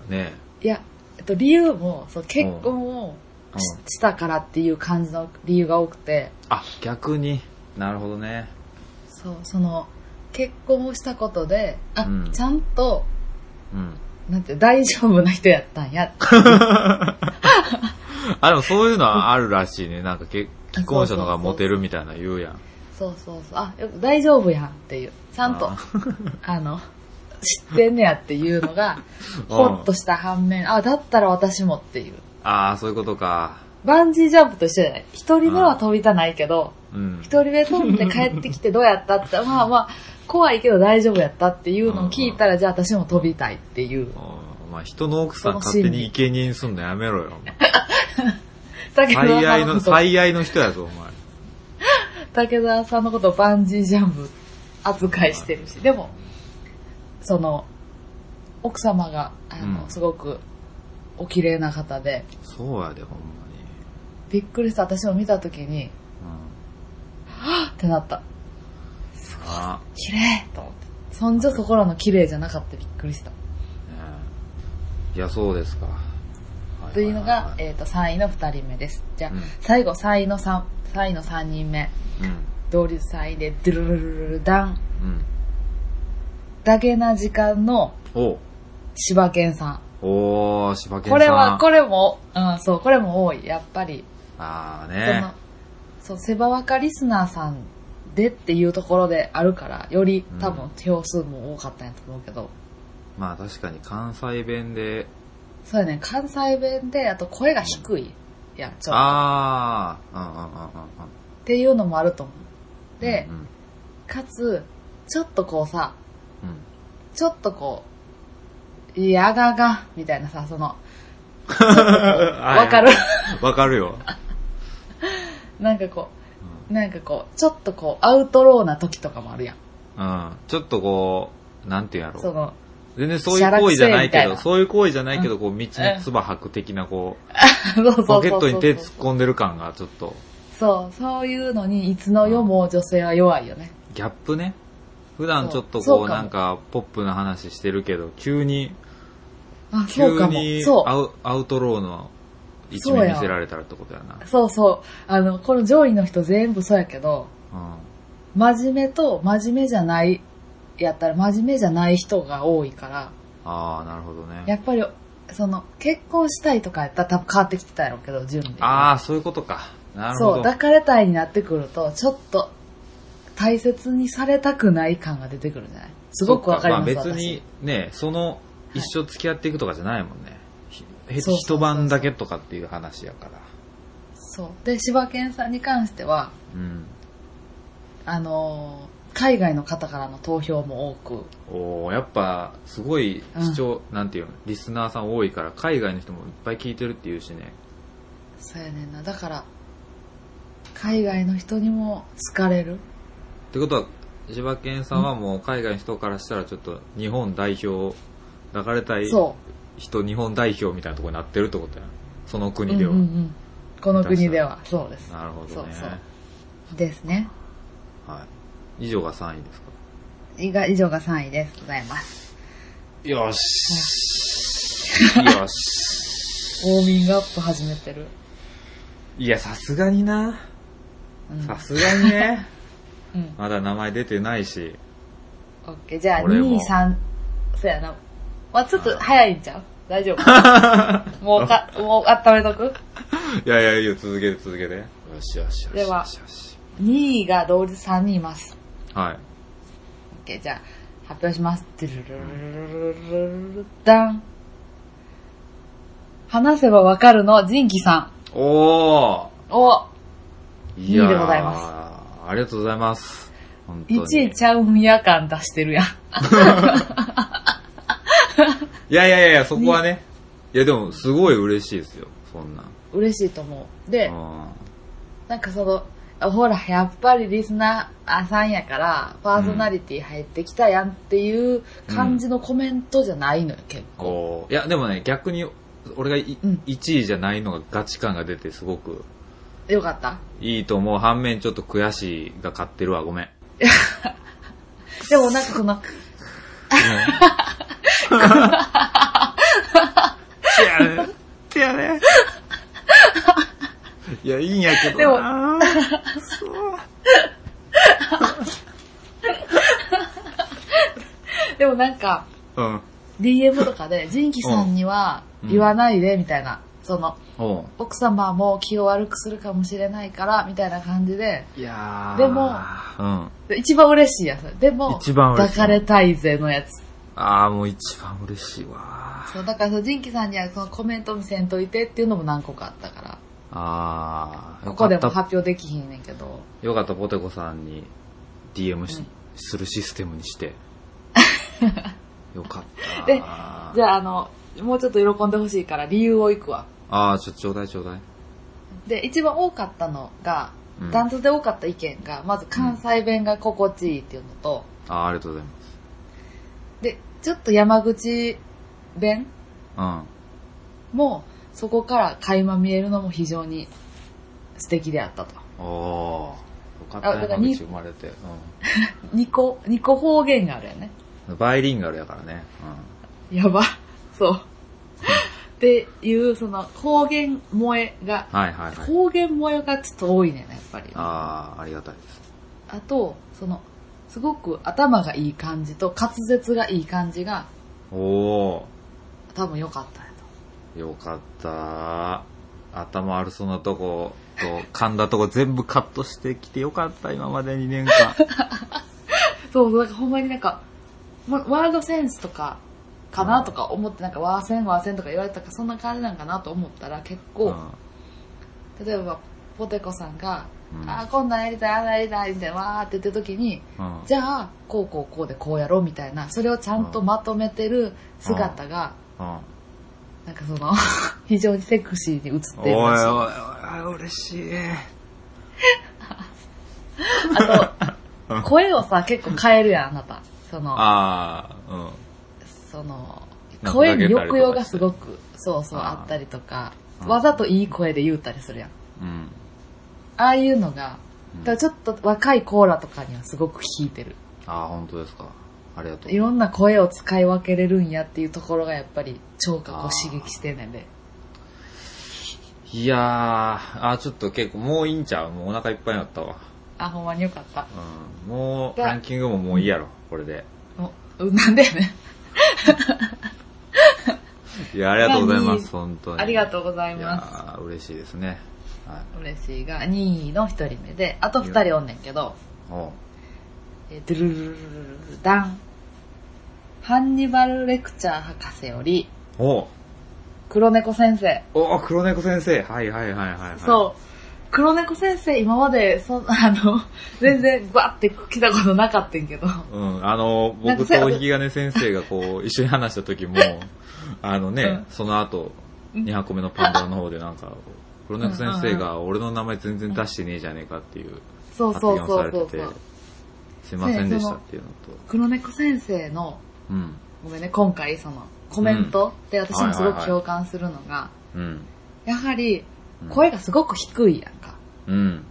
ね、
いや、えっと、理由も、そう結婚を
うん
ししたからっていう感じの理由が多くて、
あ、逆に、なるほどね。
そう、その、結婚をしたことで、あ、
うん
ちゃんと、
うん。
なんて、大丈夫な人やったん や。
あ、でもそういうのはあるらしいね。なんかけ、既婚者の方がモテるみたいな言うやん。
そうそうそう、あ、よ大丈夫やんっていう、ちゃんと、
あ
あの、知ってんねやっていうのが、
うん
ほっとした反面、あ、だったら私もっていう。
ああ、そういうことか。
バンジージャンプと一緒じゃない一人目は飛びたないけど、
うん。
一人目飛んで帰ってきてどうやった って、まあまあ、怖いけど大丈夫やったっていうのを聞いたら、じゃあ私も飛びたいっていう。
お前人の奥さん勝手に生贄にすんのやめろよ。
竹
最
澤さ
愛
んの
の、
こと、
最愛の人やぞ、お前。
竹澤さんのことをバンジージャンプ扱いしてるし、でも、その、奥様が、あの、
うん
すごく、お綺麗な方で、
そうやで、ほんまに。
びっくりした私を見た時に、
うん。
あってなった。
あ、
綺麗と思って。そんじょそこらの綺麗じゃなかったびっくりした。
ねえいや、そうですか。ははは
というのが、えっ、と、3位の2人目です。じゃあ、
うん
最後、3位の3、3位の3人目。
うん。
同率3位で、ドゥルルルルルダン。
うん。
ダゲな時間の
おう
柴犬さん。
おー、柴犬さん。
これは、これも、うん、そう、これも多い。やっぱり、
あー
そ
ね
の、。そう、セバワカリスナーさんでっていうところであるから、より多分票数も多かったんやと思うけど、
まあ確かに関西弁で、
そうやね、関西弁で、あと声が低いやん、ちょっと。っ
あー、うんうんうんうんうん。
ていうのもあると思う。で
う、ん
かつ、ちょっとこうさ、
うん。
ちょっとこう、いやがが、みたいなさ、その、わかる
わかるよ。
なんかこう、なんかこう、ちょっとこう、アウトローな時とかもあるやん。
うん。ちょっとこう、なんていうんやろう。
その、
全然そういう行為じゃない
しゃらくせえみた
け
い
ど、
な
そういう行為じゃないけど、こう、道に唾吐く的な、こう、
そうそうそうそう
ポケットに手突っ込んでる感が、ちょっと、
そう、そういうのに、いつの世も女性は弱いよね。
ギャップね。普段ちょっと
そう
こ
そう
う、
かも
なんか、ポップな話してるけど、急に、
あ、そう
急
かも
に。
そ
アウ、アウトローの一
そう
面
や
見せられたらってことやな
う。。そうそう。あの、この上位の人全部そうやけど、
うん。
真面目と真面目じゃない、やったら真面目じゃない人が多いから、
ああ、なるほどね。
やっぱり、その、結婚したいとかやったら多分変わってきてたやろうけど、順位。
ああ、そういうことか。なる
そ
ほ
う、
ど。
抱かれたいになってくると、ちょっと、大切にされたくない感が出てくるじゃないすごくわかります、
そっまあ別に、ね、その、一生付き合っていくとかじゃないもんね。ひへ
そうそうそうそう
一晩だけとかっていう話やから。
私そう。で、柴犬さんに関しては、
うん。
あのー海外の方からの投票も多く、
おーやっぱすごい視聴、なんていうのリスナーさん多いから海外の人もいっぱい聞いてるっていうしね
そうやねんな。だから、海外の人にも好かれる。
ってことは柴犬さんはもう海外の人からしたらちょっと日本代表抱かれたい
そ
人日本代表みたいなとこになってるってことやその
う。
国では、
うんうんうんこの国では、そうです。
なるほどね
そうそうですね。
はい。以上が3位ですか。
以が以上が3位です。ございます。
よし。よし。
ウォーミングアップ始めてる。
いや、さすがにな。
うん。
さすがにね。
うん。
まだ名前出てないし。
オッケー。じゃあ、
俺も
2、3、そうやな。まあちょっと早いんちゃう大丈夫もうか、もう温めとく
いやいや、いいよ、続けて続けて。よしよしよし。
では
よしよし
?2 位が同時3人います。
はい。
オッケー。じゃあ、発表します。ダン。話せばわかるの、ジンキさ
お
ん。
ー
を
いやー
二位でござい
ありがとうございます。本当に。
1位ちゃうんや感出してるやん。
いやいやいやいや、そこはね。いやでも、すごい嬉しいですよ、そんな。
嬉しいと思う。で、
うん
なんかその、あほら、やっぱりリスナーさんやから、パーソナリティ入ってきたやんっていう感じのコメントじゃないのよ、結構。
こういや、でもね、逆に、俺がい、
うん
1位じゃないのがガチ感が出て、すごく
よかった
いいと思う。反面、ちょっと悔しいが勝ってるわ、ごめん。
でもなんかその、
てやね。てやね。いや、いいんやけどなそう
でもなんか、
うん。
DM とかで、ジンキさんには
うん
言わないで、みたいな。その、
おう
奥様も気を悪くするかもしれないから、みたいな感じで、
いやー
でも
うん。
で一番嬉しいやつ。でも、
一番嬉しい
抱かれたいぜのやつ。
あー、もう一番嬉しいわ。
そう、だからそのジンキさんにはそのコメント見せんといてっていうのも何個かあったから。
あー、
こ
よ
こ
か
で
っ
も
た、
発表できひんねんけど。
よかった、ポテコさんに DM し、するシステムに して。よかった。
でじゃあ、あの、もうちょっと喜んでほしいから理由をいくわ。
あー、ちょ、ちょうだいちょうだい。
で、一番多かったのが
うん、
ダントツで多かった意見が、まず関西弁が心地いいっていうのと、
あー、ありがとうございます。
で、ちょっと山口弁
うん。
も、そこから垣間見えるのも非常に素敵であったと。
おー。よかっ
あだか
たね、
ら
山
に
口生まれて。
2個、2個方言があるよね。
うん。バイリンガルやからね。うん。
やば。そう。っていう、その方言萌えが、
はいはいはい。
方言萌えがちょっと多いねんな、やっぱり。
あー、ありがたいです。
あと、その、すごく頭がいい感じと滑舌がいい感じが
おー。
多分良かったんや
よかった。頭悪そうなとこと、噛んだとこ全部カットしてきてよかった、今まで2年間。
と。そうそう、なんかほんまになんか、まワードセンスとかかなとか思ってなんかワーセンワーセンとか言われたからそんな感じなんかなと思ったら結構、例えばポテコさんが、
うん
ああ、こんなんやりたい、あんなんやりたいみたいなわーって言ってる時に、
うん。うん
じゃあ、こうこうこうでこうやろうみたいな、それをちゃんとまとめてる姿が、
うん
なんかその、 非常にセクシーに映っ
お
て
い
いる
おいおい
らしい。
おい、嬉しい。
声をさ、結構変えるやん、あなた。その、
ああ、うん。
その、
なんか
声に抑揚がすごく、そうそう、
あー
あったりとか、
うん
わざといい声で言うたりするやん。
うん。
ああいうのが、
うん
だからちょっと若いコーラとかにはすごく効いてる。
ああ、本当ですか。ありがとう。
いろんな声を使い分けれるんやっていうところがやっぱり聴覚を刺激してんねんで。
いやー、あーちょっと結構、もういいんちゃうもうお腹いっぱいになったわ。
あ、ほんまによかった。
うん。もう、ランキングももういいやろ、これで。
もううんなんだよね。
いや、ありがとうございます、
何
本当に。
ありがとうござい
い
ます。
やー嬉しいですね。はい。
嬉しいが、2位の1人目で、あと2人おんねんけど、
おう
えードゥルルルルルルダン。ハンニバルレクチャー博士より、
おう
黒猫先生。
おー黒猫先生はいはいはいはい、はい。
そう。黒猫先生、今まで、そん、あの、全然バって来たことなかったんけど。
う。うん、あの、
なんか
僕
そう
と引き金先生がこう、一緒に話し た時も、あのね、
うん
その後、2箱目のパンダの方でなんか、黒猫先生が俺の名前全然出してねえじゃねえかっていう
そう
発
そう
言を
そ
され
うそ
て
う
て
そう。、
すいませんでしたっていうのと、
黒猫先生の、
うん、
ごめんね、今回その、コメントで私もすごく共感するのが、
うん、
やはり
うん、
声がすごく低いやんか。
うん、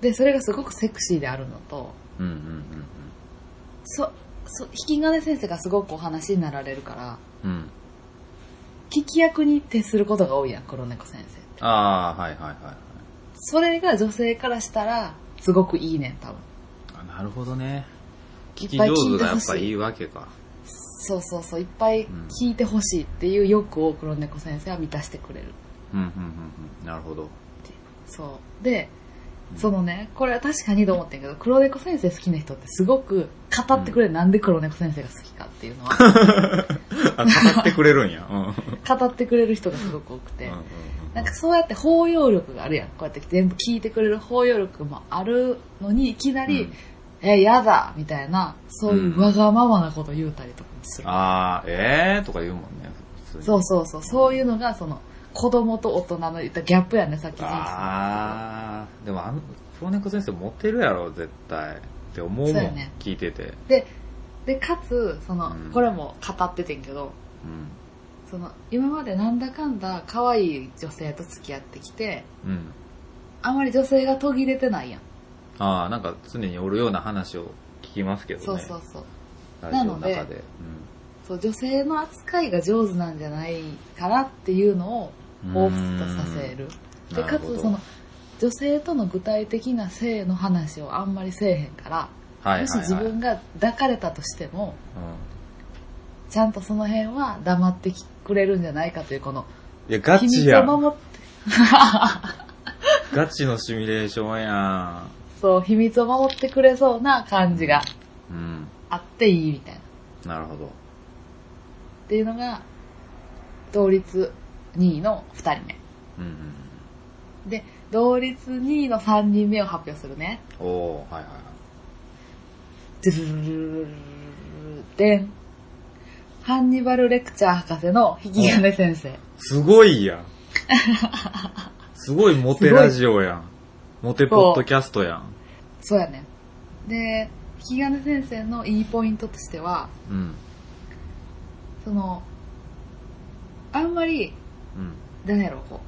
で、それがすごくセクシーであるのと、
うんうんうん
そ、そ、引き金先生がすごくお話になられるから、
うん。うん。
聞き役に徹することが多いやん、黒猫先生。
ああ、はいはいはいはい。
それが女性からしたら、すごくいいねん、多分。
あなるほどね。聞
い
き
っぱい
上
聞いてほしい
手がやっぱいいわけか。
そうそうそう、いっぱい聞いてほしいっていう欲を黒猫先生は満たしてくれる。
うんうんうんうん。なるほど。
そう。で、そのね、これは確かにと思ってんけど、黒猫先生好きな人ってすごく語ってくれる、なんで黒猫先生が好きかっていうの は、
あ、語ってくれる んや。うん。うんうん
語ってくれる人がすごく多くて
う、ん
なんかそうやって包容力があるやん。こうやって全部聞いてくれる包容力もあるのに、いきなり、
うん
え、やだみたいな、そういうんうわがままなこと言うたりとかもする。
ああ、ええー、とか言うもんね。普通に
そうそうそう、そういうのが、その、子供と大人の言ったギャップやね、さっきジンさん
ああ、でもあの、黒猫先生モテるやろ、絶対。って思う
そ
も、
うんやね
聞いてて。
で、で、かつ、その、
うん
これも語っててんけど、
うん。
その、今までなんだかんだ可愛い女性と付き合ってきて、
うん。
あまり女性が途切れてないやん。
ああ、なんか常におるような話を聞きますけどね。
そうそうそう。
ラジオの中で。
なのでそう、女性の扱いが上手なんじゃないからっていうのを、
うん
彷彿とさせる。
うん
で、
な
か
るほど
つ、その、女性との具体的な性の話をあんまりせえへんから、
はいはいはい。
もし自分が抱かれたとしても、
うん
ちゃんとその辺は黙ってきてくれるんじゃないかという、この、
いや、ガ
秘
チ
密
や
を
ん。
守って、
ガチのシミュレーションや
そう、秘密を守ってくれそうな感じが
ん。うん。
あっていいみたいな。っ
なるほど。
ていうのが、同率2位の2人目。
うんうん
で、同率2位の3人目を発表するね。
うん。おー、はいはいはい。
ズルルルルルルでん。ハンニバルレクチャー博士の引き金先生。
すごいやん。すごいモテラジオやん。モテポッドキャストやん。
そうやね。で、引き金先生のいいポイントとしては、
うん。
その、あんまり
うん。
なんやろこう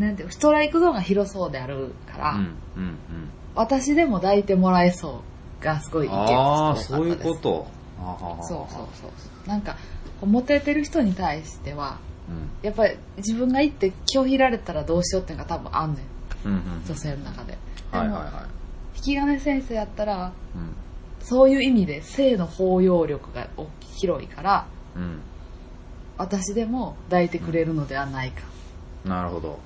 なんていうのストライクゾーンが広そうであるから、
うん。うん。うん。
私でも抱いてもらえそうがすごい意見として
ああ、
多
そ
か
うい
っ
う
たです
こと。あーはーはーはー
そうそうそうそうなんかこうモテてる人に対しては
うん。
やっぱり自分が行って拒否られたらどうしようっていうのが多分あんねん
うんうん。
女性の中ででも、
はいはいは
引き金先生やったら
い。うん。
そういう意味で性の包容力がお広いから
うん。
私でも抱いてくれるのではないか、
なるほど。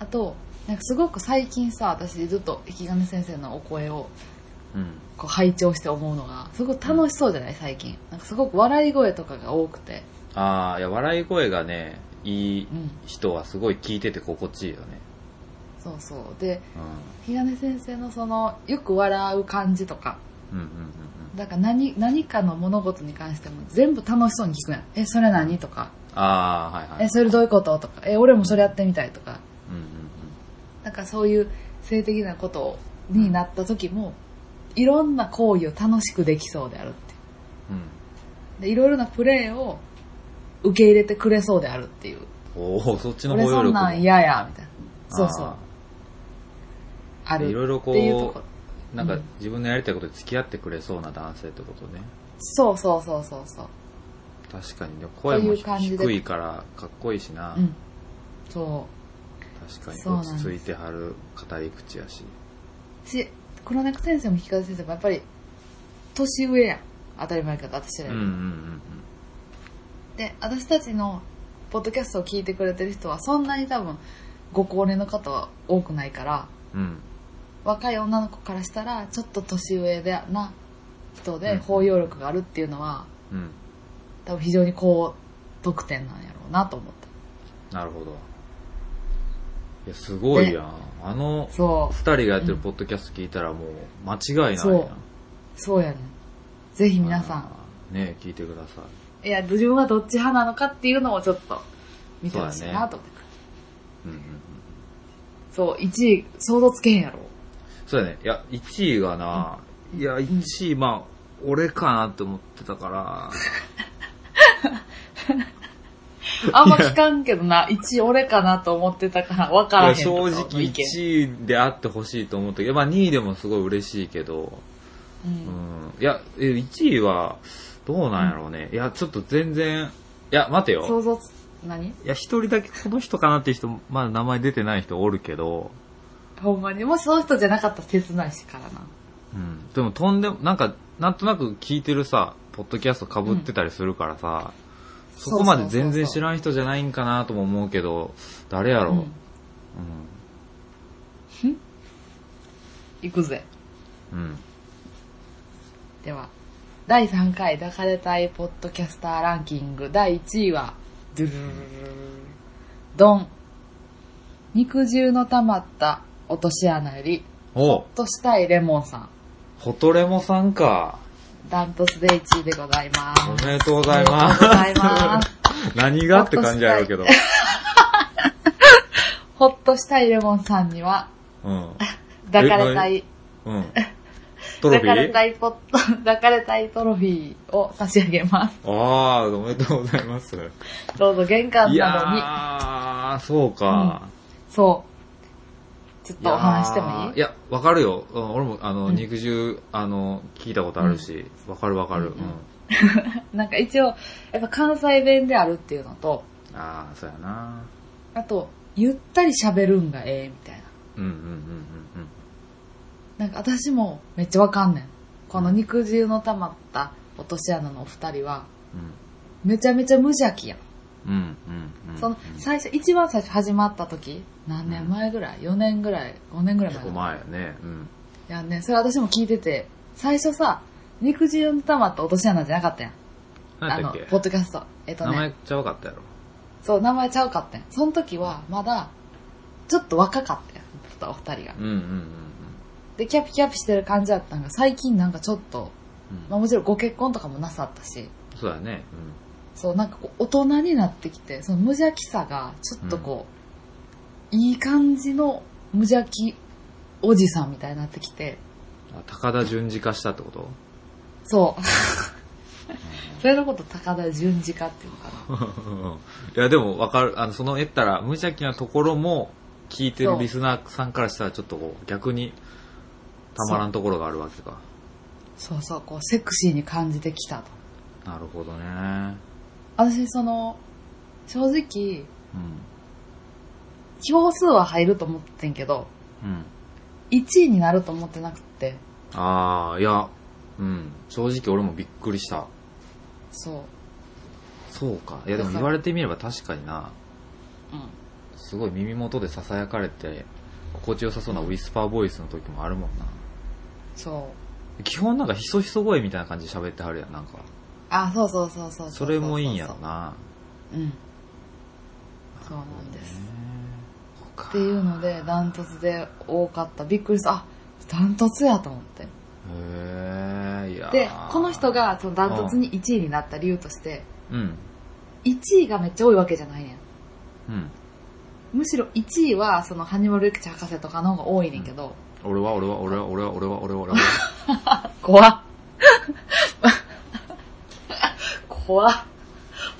あとなんかすごく最近さ私ずっと引き金先生のお声を
うん。
こう拝聴して思うのがすごく楽しそうじゃない最近なんかすごく笑い声とかが多くて
ああ、いや、笑い声がね、いい
うん
人はすごい聞いてて心地いいよね。
そうそうで
う
日金先生のそのよく笑う感じとか
ん。うんうんうん。
だから何何かの物事に関しても全部楽しそうに聞くやんえそれ何とか
ああ、はいはい。
えそれどういうこととかえ俺もそれやってみたいとか
うんうん
なんかそういう性的なことになった時もいろんな行為を楽しくできそうであるっていう
うん。
でいろいろなプレーを受け入れてくれそうであるっていう
うん。おお、そっちの
俺
包容
そん
力
な
も
ん嫌やみたいなそうそう
あ
あ
ー
る
いろいろこ
っていうところ
う、なんか自分のやりたいことに付き合ってくれそうな男性ってことね。
そうそうそうそうそう
確かにね、声も
という感じで
低いからかっこいいしな。
うんそ
確か
そうなん
に
です
落ち着いてはる語り口やし。
うし黒猫先生も引き先生もやっぱり年上やん当たり前やけど私ら
うん
よ
うん
り、
うんうん。
で私たちのポッドキャストを聞いてくれてる人はそんなに多分ご高齢の方は多くないから
うん。
若い女の子からしたらちょっと年上でな人
う
で
ん
包容力があるっていうのは、
うん。
多分非常に高得点なんやろうなと思った
なるほど。いや、すごいやん。あの、
そ
二人がやってるポッドキャスト聞いたらもう間違いないやん。
そううそうやねんぜひ皆さん
ん。ね聞いてください。
いや、自分はどっち派なのかっていうのをちょっと見てほしいなと思って。
うんうんうん。
そう,、1位、想像つけへんやろ。
そうやね。いや、1位がな、いや、1位、まあ、俺かなって思ってたから、
あんま聞かんけどな、1位俺かなと思ってたから、わからへんとか
正直
の意見
1位であってほしいと思ったけど、まあ2位でもすごい嬉しいけど、
う。
うんん。いや、え1位は、どうなんやろうね。いや、ちょっと全然、いや、待てよ。
想像つ、何
いや、一人だけこの人かなっていう人、まだ名前出てない人おるけど、
ほんまに。もしその人じゃなかったら切ないしからな。
うん。でもとんでも、なんか、なんとなく聞いてるさ、ポッドキャスト被ってたりするからさ、そこまで全然知
ん
らん人じゃないんかなとも思うけど、誰やろう、
うん。行くぜ。
うん。うん。
では、第3回抱かれたいポッドキャスターランキング第1位は、ドゥルルルルルドン。肉汁の溜まった落とし穴より、
お
ほっとしたいレモンさん。
ホトレモさんか。
ダントツで1位でございます。
おめでとうございます。
おめでとうございます。
何がって感じやろうけど。
ほっとしたいレモンさんには、
うん。
抱かれたい、
うん。ト
抱
ロフ
か
ィ
れた
ー
いポット、抱かれたいトロフィーを差し上げ ます。
ああ、おめでとうございます。
どうぞ玄関
い
な
やー、そうか。
どに、そう。ちょっとお話してもいい
いや、わかるよ。うん俺も、あの、
うん
肉汁、あの、聞いたことあるし、わかるわかる。
う
うん
う
ん
ん。なんか一応、やっぱ関西弁であるっていうのと、
ああ、そうやな。
あと、ゆったり喋るんがええみたいな。
うんうんうん
なんか私もめっちゃわかんねん。この肉汁の溜まった落とし穴のお二人は、めちゃめちゃ無邪気やん。
うんうん。うんうんうんうん。
その、最初、一番最初始まった時、何年前ぐらい ?4 年ぐらい ?5 年ぐらい
結
前
構前やね。うん。
いやね、それ私も聞いてて、最初さ、肉汁の溜まった落とし穴じゃなかったやん。
何や
の
ったっ、
ポ
け
ッドキャスト。えっと
名
ね、
前ちゃわかったやろ。
そう、名前ちゃうかったんその時は、まだ、ちょっと若かったやん。お二人が
う。んうんうんうん。
で、キャピキャピしてる感じだったんが、最近なんかちょっと、
うん
まあもちろんご結婚とかもなさったし、
そうだね。うん
そう、なんかこう大人になってきて、その無邪気さが、ちょっとこう、いい感じの無邪気おじさんみたいになってきて、
あ高田順次化したってこと
そう。それのこと高田純次化っていうのかな。
いや、でもわかる。あの、その、えったら、無邪気なところも、聞いてるリスナーさんからしたら、ちょっとこう、逆に、たまらんところがあるわけか。
そうそう、こう、セクシーに感じてきたと。
なるほどね。
私、その、正直、
うん。
票数は入ると思ってんけど、
うん。
1位になると思ってなくて、
ああ、いや、うん。正直俺もびっくりした。
そう。
そうか。いや、でも言われてみれば確かにな、
うん。
すごい耳元で囁かれて、心地よさそうなウィスパーボイスの時もあるもんな。
そう。
基本なんか、ひそひそ声みたいな感じで喋ってはるやん、なんか。
あ、そうそうそうそううう
それもいいんやろ。な。
うん。そうなんです。
そか
っていうので、ダントツで多かった。びっくりした。あ、ダントツやと思って。
へーいやー
で、この人、がそのダントツに1位になった理由として、
うん、
1位がめっちゃ多いわけじゃないねん。
うん。
むしろ1位は、その、ハニマル・ユキチ博士とかの方が多いねんけど、
俺は、俺は、俺は、俺は、俺は、俺は、俺は。
怖っ。怖っ。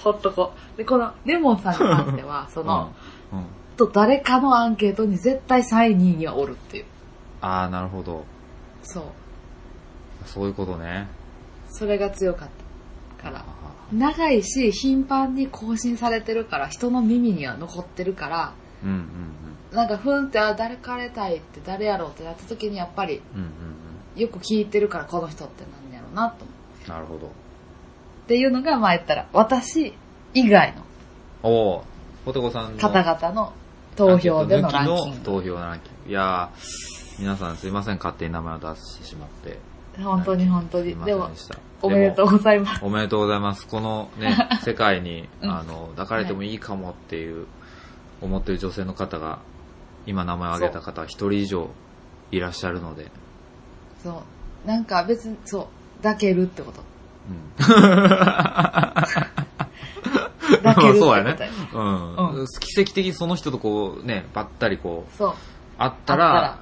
ほっとこう。で、この、レモンさんに関しては、 その、
うん、うん。
と誰かのアンケートに絶対3位、2位にはおるっていう。
あー、なるほど。
そう。
そういうことね。
それが強かったから。
あ
長いし、頻繁に更新されてるから、人の耳には残ってるから、
ーうん、うん、
なんかふんって、あ、誰かれたいって誰やろうってなった時に、やっぱり、
うん。うん、うん、
よく聞いてるから、この人ってなんやろうな、と思う。
うん。なるほど。
っていうのが、まあ言ったら、私以外の
おー、ポテコさんの
方々の投票での
ア
ラ
ン
ン
ケー
キ
ト抜き
ン
の
グ。
投票のランキング。いやー、皆さんすいません、勝手に名前を出してしまって。
本当に本当
すい
に。
ませ
で
ん
も
で、した。
おめでとうございます。
おめでとうございます。この ね、世界に、
うん
あの、抱かれてもいいかもっていう、思ってる女性の方が、今名前を挙げた方は一人以上いらっしゃるので、
そう。なんか別に、そう、抱けるってこと。
うん。
抱けるって
まあ
こ
そ
と
う
や
やね。うん。
う
奇跡的にその人とこう、ね、ばったりこう、
そう。
会った
会っ
ら、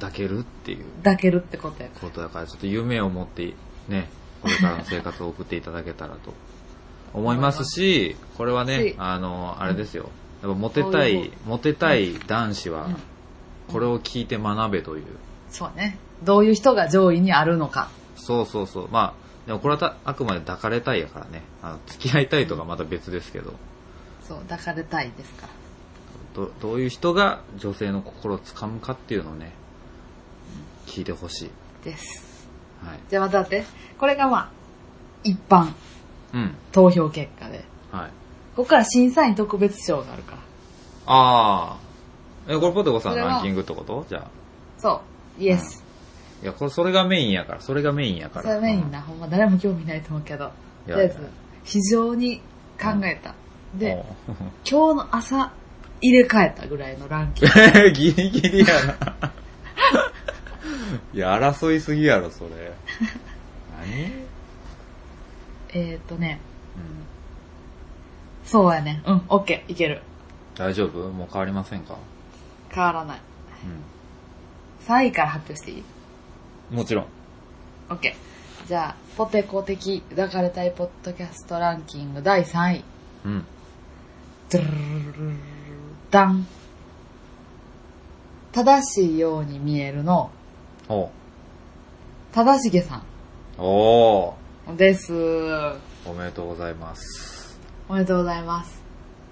抱けるっていう
抱けるってことやから。
ことだから、ちょっと夢を持って、ね、これからの生活を送っていただけたらと思いますし、これはね
し、
あの、あれですよ。やっぱモテたい、モテたい男子は
うん、
これを聞いて学べという。
そうね。どういう人が上位にあるのか。
そうそうそう。まあ、でもこれはたあくまで抱かれたいやからね。あの付き合いたいとかまた別ですけど、
そう、抱かれたいですから。
どどういう人が女性の心をつかむかっていうのをね、聞いてほしい。
です。
はい。
じゃあまた待って。これがまあ、一般
うん。
投票結果で。
はい。
ここから審査員特別賞があるから。
ああ。え、これポテコさん
そ
の
れは
ランキングってことじゃあ。
そう、イエス。
いや、これ、それがメインやから、それがメインやから。
それメインな、ほんま誰も興味ないと思うけど。
い
とりあ
や
えず、非常に考えた。
うん。
で、
おう
今日の朝、入れ替えたぐらいのランキング。
ギリギ リやな。いや、争いすぎやろ、それ。何
えーっとね、
うん。
そうやね。うん、オッケー、いける。
大丈夫もう変わりませんか
変わらない。
う
3位から発表していい
ん。もちろん。
オッケー。じゃあ、ポテコ的抱かれたいポッドキャストランキング第3位。
うん。
ドゥルルルルルダン。正しいように見えるの、
おう
正しげさ
おー
んです。
おめでとうございます。
おめでとうございます。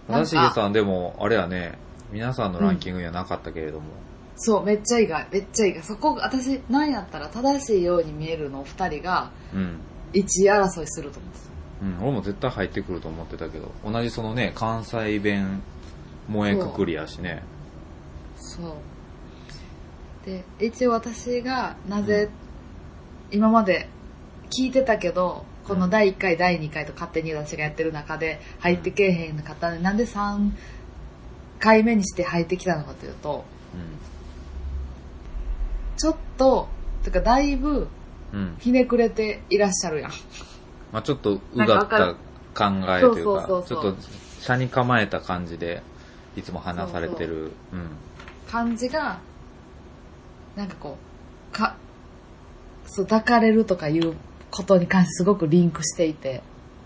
なん
正
か
しげさん、でも、あれやね、皆さんのランキングにはなかったけれども。
そう、めっちゃ意外、めっちゃ意外。そこが、私、なんやったら正しいように見えるのお二人が、
うん。
一位争いすると思って
うん、俺も絶対入ってくると思ってたけど、同じそのね、関西弁萌えくくりやしね。
た。そう。で、一応私が、なぜ、今まで聞いてたけど、この第1回、第2回と勝手に私がやってる中で、入ってけえへんかったんで、なんで3回目にして入ってきたのかというと、ちょっと、てかだいぶ、
うん。うん。
ひねくれていらっしゃるやん。
まあちょっと、うがった考えというか、
なんかわかるそうそうそうそう
ちょっと、車に構えた感じで、いつも話されてる。うん。
感じが、なんかこう、か、そう、抱かれるとかいうことに関してすごくリンクしていて、
へ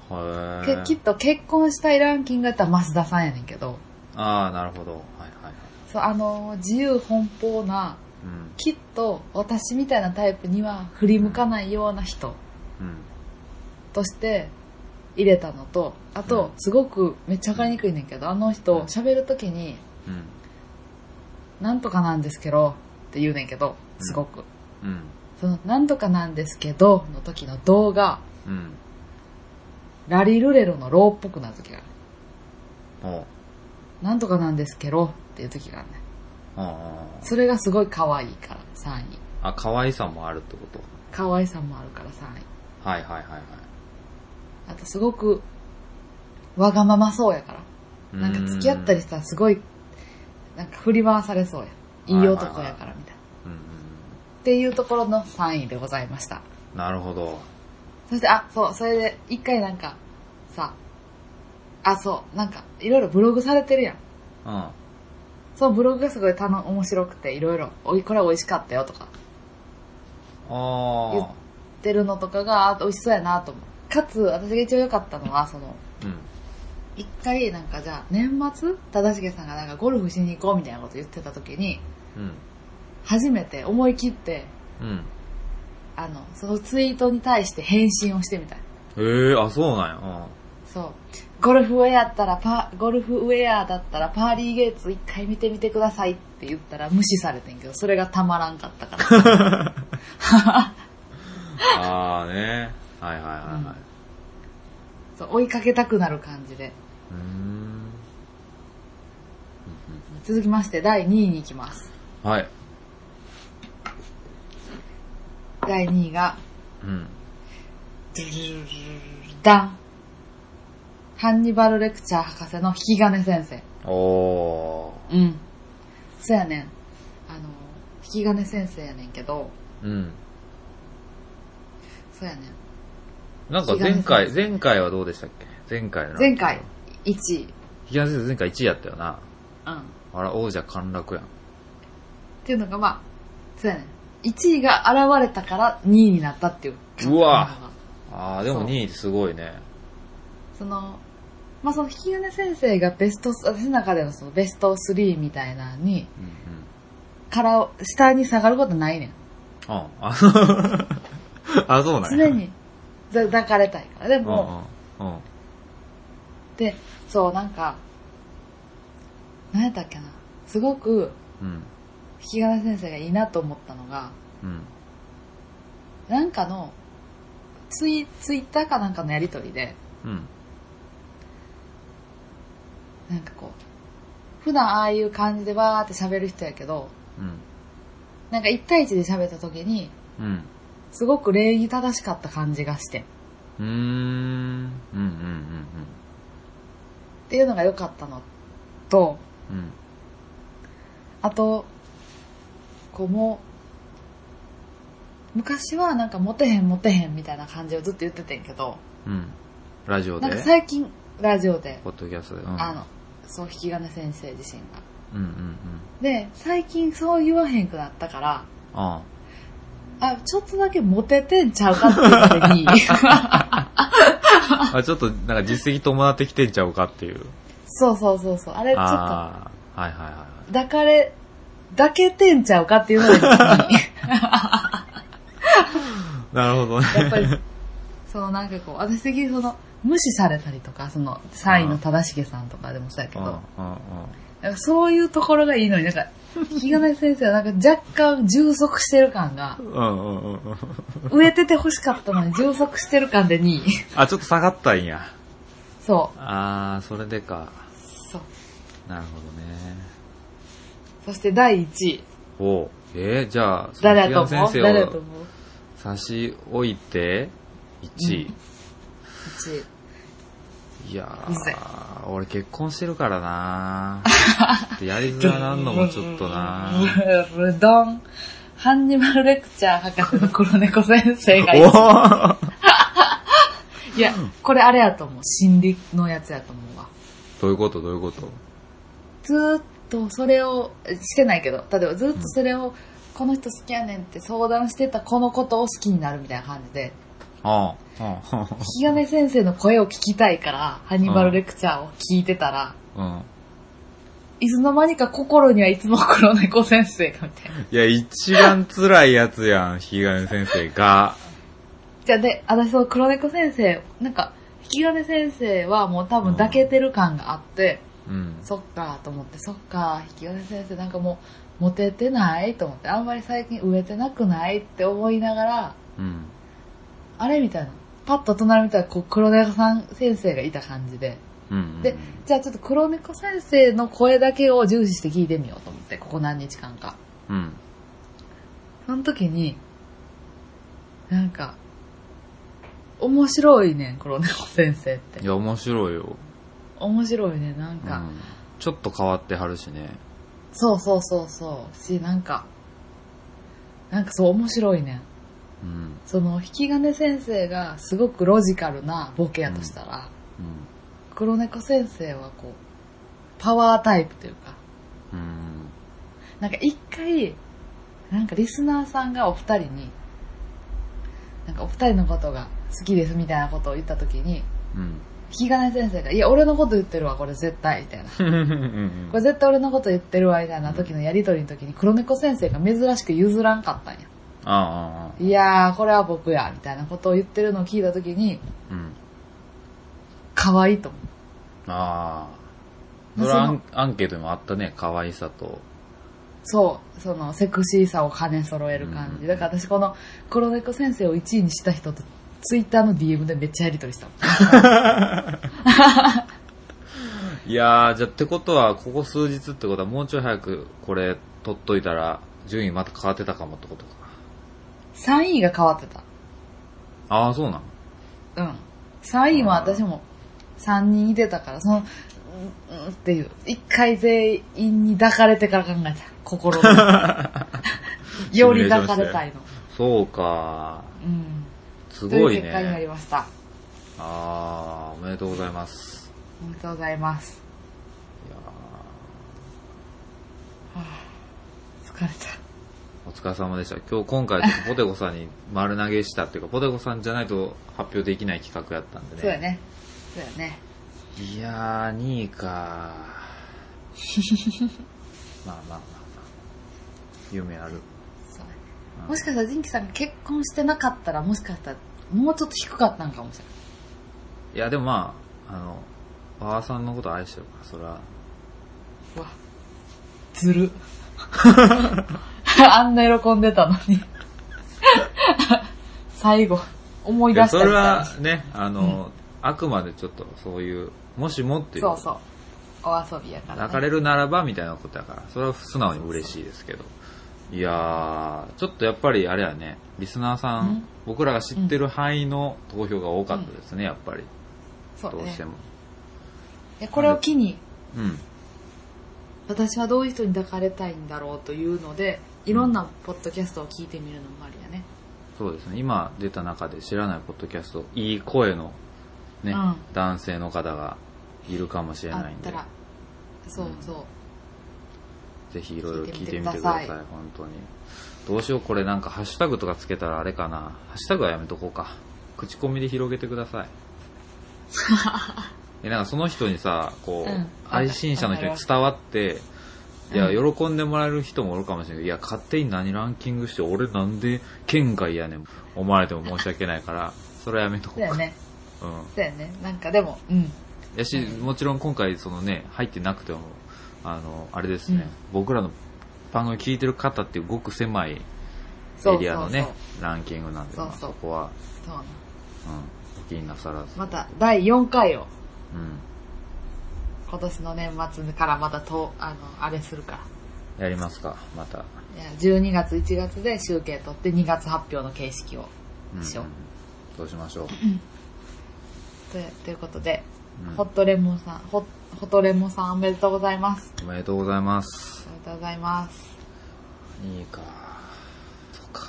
け
ー
きっと結婚したいランキングやったら増田さんやねんけど、
ああ、なるほど。はいはいはい。
そう、あのー、自由奔放な、
うん。
きっと私みたいなタイプには振り向かないような人
うん。
として入れたのと、あと、すごくめっちゃわかりにくいねんけど、あの人喋るときに、
うん。
なんとかなんですけど、って言うねんけど、すごく。
うん。
その、なんとかなんですけど、の時の動画、
うん。
ラリルレロのローっぽくなる時がある。
おう
なんとかなんですけど、っていう時があるね。
おうおう
それがすごい可愛いから、3位。
あ、可愛さもあるってこと。
可愛さもあるから3位。
はいはいはいはい。
あとすごく、わがままそうやから。なんか付き合ったりしたらすごい、なんか振り回されそうや。いい男やからみたいな。
うんうん
っていうところの3位でございました。
うん。なるほど。
そして、あ、そう、それで、一回なんか、さ、あ、そう、なんか、いろいろブログされてるやん。
うん。
そのブログがすごいたの面白くて、いろいろ、おい、これ美味しかったよとか、言っ
あ
てるのとかが、あ美味しそうやなと思う。かつ、私が一応良かったのは、その、
ーうん。
一回なんかじゃあ、年末忠重さんがなんかゴルフしに行こうみたいなこと言ってた時に、初めて思い切って、
うん。うん。
あの、そのツイートに対して返信をしてみたい。
ええあ、そうなんや。
そう。ゴルフウェアだったらパ、ゴルフウェアだったらパーリーゲーツ一回見てみてくださいって言ったら無視されてんけど、それがたまらんかったから。
うん。ああね。はいはいはいはい。
そう追いかけたくなる感じで。
うーん。
続きまして、第2位に行きます。
はい。
第2位が、
うん。
ドゥルルルルルダン。ハンニバルレクチャー博士の引き金先生。
おー。
うん。そやねん。あの、引き金先生やねんけど、
うん。
そやねん。
なんか前回、前回はどうでしたっけ前回の。
前回、1位。
東先生前回1位やったよな。
うん。っ
あら、王者陥落やん。
ていうのが、まあ、そうやねん。1位が現れたから2位になったっていう。
うわああ、でも
そう
2位ってすごいね。
その、まあ、その引き金先生がベスト、私の中でのそのベスト3みたいなのに、から、下に下がることないねん。
ああ、あ、そうなんや
常。にざ抱かれたいから。で
うん
も、
うんうん
で、そう、なんか、何やったっけな。すごく、
うん
引き金先生がいいなと思ったのが、
うん
なんかの、ツイ、ツイッターかなんかのやりとりで、
うん
なんかこう、普段ああいう感じでわーって喋る人やけど、
うん
なんか一対一で喋った時に、
うん
すごく礼儀正しかった感じがして、っ
うーんうんうんうん
ていうのが良かったのと、
うんうん
あと、こうもう、昔はなんかモテへんモテへんみたいな感じをずっと言っててんけど、
うんラジオ
なんか
で
最近ラジオで、
ポッドキャストでうん
あの、そう、引き金先生自身が。
うんうんうん
で、最近そう言わへんくなったから、
あ
あ、ちょっとだけモテてんちゃうかっていうのに、
ああちょっとなんか実績伴ってきてんちゃうかっていう
そうそうそうそう、あれちょっと
ああはいはいは
抱かれ、抱けてんちゃうかっていうのに、や
いなるほどね
っぱり、そのなんかこう、私的にその、無視されたりとか、その、3位の正しげさんとかでもそうやけ
うんうんうん
ど、なんかそういうところがいいのに、なんか、引き金先生はなんか若干充足してる感が、
うんうんうんうん
植えてて欲しかったのに充足してる感で2位。
あちょっと下がったんや
そ
ああそれでか
う。そう。
なるほどね
そして第1位。
おうえー、じゃあその
誰だと思う
木
誰
原
だ
先
と
生
思
を
う
差し置いて1位、
?1 位。
いや
うぜ
ー、俺結婚してるからなちょっとやりづらなんのもちょっとな
ブドン。ハンニバルレクチャー博士の黒猫先生がい
お
る
ー
いや、これあれやと思う。心理のやつやと思うわ。
どういうことどういうこと
ずーっとそれを、してないけど、例えばずーっとそれを、この人好きやねんって相談してたこのことを好きになるみたいな感じで、
ああ、ああ、
引き金先生の声を聞きたいから、ハンニバルレクチャーを聞いてたら、
うん。
いつの間にか心にはいつも黒猫先生がみたいな。
いや、一番辛いやつやん、 引き金先生が。
じゃあで、私その黒猫先生、なんか、引き金先生はもう多分抱けてる感があって、
うん。
そっかと思って、そっか、引き金先生なんかもう、モテてないと思って、あんまり最近植えてなくないって思いながら、
うん。
あれみたいな。パッと隣見たら、こう、黒猫さん先生がいた感じで。
うんうん。
で、じゃあちょっと黒猫先生の声だけを重視して聞いてみようと思って、ここ何日間か。
うん。
その時に、なんか、面白いねん、黒猫先生って
い。や、面白いよ。
面白いね、なん
う
か。
ん。ちょっと変わってはるしね。
そうそうそうそう。し、なんか、なんかそう面白いねん。
うん。
その、引き金先生がすごくロジカルなボケやとしたら、
うん。
黒猫先生はこう、パワータイプというか、
うん。
なんか一回、なんかリスナーさんがお二人に、なんかお二人のことが好きですみたいなことを言った時に、
うん。
引き金先生が、いや、俺のこと言ってるわ、これ絶対、みたいな。
うん
これ絶対俺のこと言ってるわ、みたいな時のやりとりの時に、黒猫先生が珍しく譲らんかったんや。
ああ、ああ、
いやー、これは僕や、みたいなことを言ってるのを聞いた時に、
うん。
可愛いと思う。
ああ。
まあ
それはア
そ
ンアンケートにもあったね、可愛さと。
そう、そのセクシーさを兼ね揃える感
うん
じ。だから私この黒猫先生を1位にした人と、ツイッターの DM でめっちゃやりとりしたもん。
いやー、じゃあってことは、ここ数日ってことは、もうちょい早くこれ取っといたら、順位また変わってたかもってことか。
3位が変わってた。
ああ、そうなん。
うん。3位は私も3人いてたから、その、うんうんっていう。一回全員に抱かれてから考えた。心 の。より抱かれたいの。
そうか
うん。
すご
とい
いう
結果になり
ね。
ました。
ああ、おめでとうございます。
おめでとうございます。
いや
疲れた。
ーお疲れ様でした。今日、今回、ちょっとポテコさんに丸投げしたっていうか、ポテコさんじゃないと発表できない企画やったんでね。
そうやね。そうやね。
いやー、2位か まあまあまあまあ。夢ある。
そうやね
うん
もしかしたらジンキさんが結婚してなかったら、もしかしたら、もうちょっと低かったんかもしれない。
いや、でもまあ、あの、馬場さんのこと愛してるから、それは。
うわ。ず る。あんな喜んでたのに。 最後、思い
い
出し
や、
た
そ
みた
れ
いな
はね、あの、あくまでちょっとそういう、もしもっていう、
そうそう。お遊びやから、ね。
抱かれるならばみたいなことだから、それは素直に嬉しいですけど。いやー、ちょっとやっぱりあれやね、リスナーさん、
うん
僕らが知ってる範囲の投票が多かったですね、やっぱり。
そう
どう
ね
して。も。
でこれを機に、
うん。
私はどういう人に抱かれたいんだろうというので、いろんなポッドキャストを聞いてみるのもありやね。
そうですね。今出た中で知らないポッドキャスト、いい声のね、
うん
男性の方がいるかもしれ
あ
ない
っ
ん
た
で、
ら。そうそう。
ぜひいろいろ聞い
聞い
て
てみて
みてく
く
だ
だ
さ
さ
い、
い
本当に。どうしよう、これなんかハッシュタグとかつけたらあれかな。ハッシュタグはやめとこうか。口コミで広げてくださ い。えなんかその人にさ、こう、
うん
愛心者の人に伝わって、いや、喜んでもらえる人もおるかもしれないけど、いや、勝手に何ランキングして、俺なんで県外やねん、思われても申し訳ないから、それはやめとこ
そううだ
か。
よね。
うん。
そうだよね。なんかでも、うん。
やし、もちろん今回そのね、入ってなくても、あの、あれですね、僕らの番組聞いてる方っていうごく狭いエ
そう
リア
そ
の
う
ね、
そう。
ランキングなんで、まあ
そうそう
そこは、
そうなの
うん、お気になさらず。
また第4回を
うん。
今年の年末からまたと、あの、あれするか
やりますか、また。
ら。いや12月1月で集計取って2月発表の形式を
うん、
しよう。
どうしましょう。
とということで、
うん
ホットレモンさん、ホホトレモンさんおめでとうございます。
おめでとうございます。
おめでとうございます。
いいか。そうか。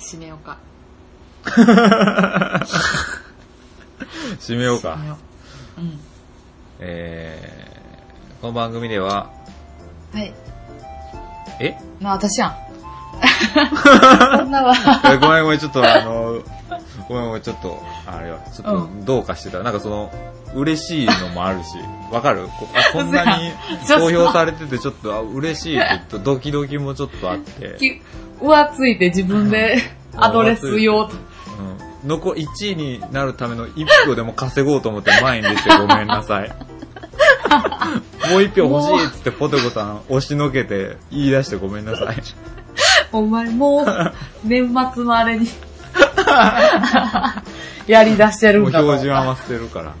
締めようか。
締めようか
締。めよう。う
えー、この番組では、
ん。はい。
え
な、私 やん。そんなは。
えごめんごめん、ちょっとあの、ごめんごめん、ちょっと、あれは、ちょっ
う
とどうかしてた。なんかその、嬉しいのもあるし、わかる こあこんなに
嘘や
公表されてて、ちょっと、あ嬉しいって言うとドキドキもちょっとあって、
き浮ついて自分でアドレス用と。
うん、残1位になるための1票でも稼ごうと思って前に出てごめんな さい。もう1票欲しいっつってポテコさん押しのけて言い出してごめんなさい。
お前もう、年末のあれ に、やり出してる
もうん
だ
標準合わせてるから。うん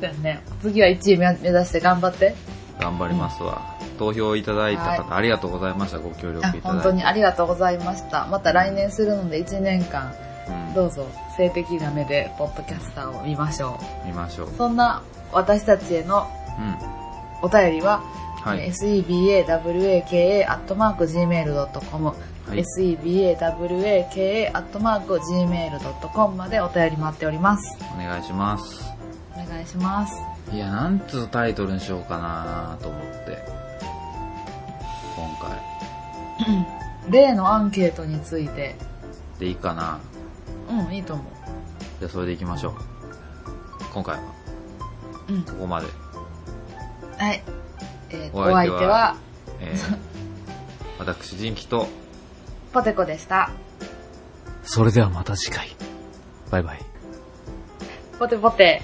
だよね。次は1位目目指して頑張って。
頑張りますわ、投票いただいた方、
は
ありがとうございましたご協力い
あ
ただいて
本当にありがとうございました。また来年するので1年間、
うん
どうぞ性的な目でポッドキャスターを見ましょ
見ましょう、う
う。そんな私たちへの
ん、
お便りは、
はい、
sebawaka.gmail.com、
はい
sebawaka.gmail.com までお便り待っております。
お願いします
お願いします。
いやなんつうタイトルにしようかなと思って今回
例のアンケートについて、
でいいかな
うん、いいと思
じゃあそれでいきましょう今回は
う。うん。
ここまで、
はい。えー
お
お
相
相
手
手
は
は、
えー、私仁キと
ポテコでした。
それではまた次回バイバイ
ポテポテ。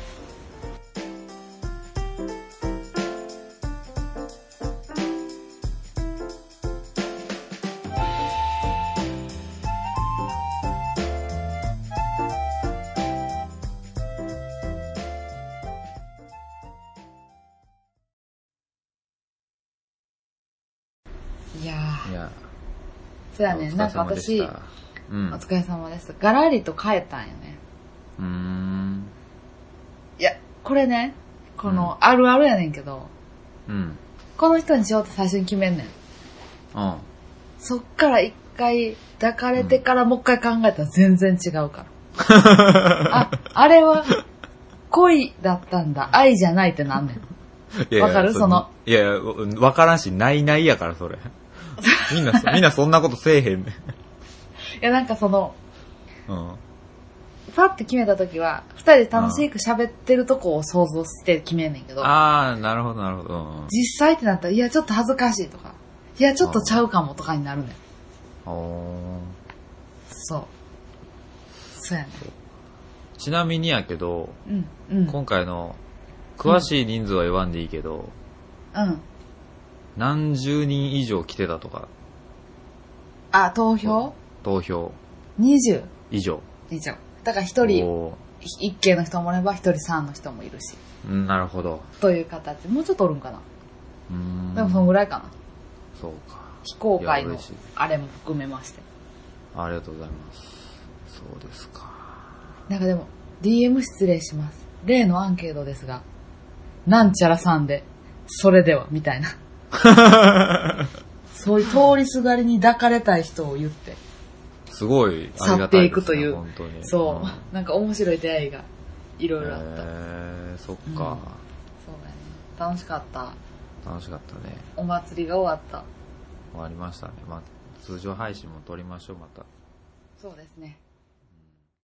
いやー
いや
そうやねん。なんか
お疲れ様で
私、
し
お
たうんう
疲れ様です。ガラリと変えたんよね。
ーん
いや、これね、この、あるあるやねんけど、
うん
この人にしようって最初に決めんねん。
うん
そっから一回抱かれてからもう一回考えたら全然違う から。あ、あれは恋だったんだ。愛じゃないってなんねん。
いやいや
わかる
れ
その。
いやいや、わからんし、ないないやから、それ。みんな、みんなそんなことせえへんねん。
いやなんかその、
うん。
パッて決めた時は、二人で楽しく喋ってるとこを想像して決めんねんけど、
ああ、なるほど、なるほど。うん
実際ってなったら、いや、ちょっと恥ずかしいとか、いや、ちょっとちゃうかもとかになるねん。
お
そう。そうやね
ーちなみにやけど、
ん。うん、うん。
今回の、詳しい人数は言わんでいいけど、
うん。
何十人以上来てたとか、
あ、投票
投票
?20
以上。
以上。だから一人、
お
一軒の人もおれば一人三の人もいるし。
ーうんなるほど。
という形。もうちょっとおるんかな。
うーん。
でもそのぐらいかな。
そうか。
非公開
い
の
や嬉しい
あれも含めまして。
ありがとうございます。そうですか。
なんかでも、DM 失礼します。例のアンケートですが、なんちゃらさんで、それでは、みたいな。 そういう通りすがりに抱かれたい人を言って、
すごいあり
去
が
ったて
い
い
で
く
す、
と
ね、
いう
本当に。、
そう、なんか面白い出会いが、いろ
う
い
ん。
ろあった。
えー、そっか、
そうだね。楽しかった。
楽しかったね。
お祭りが終わった。
終わりましたね。まあ、通常配信も撮りましょう、また。
そうですね。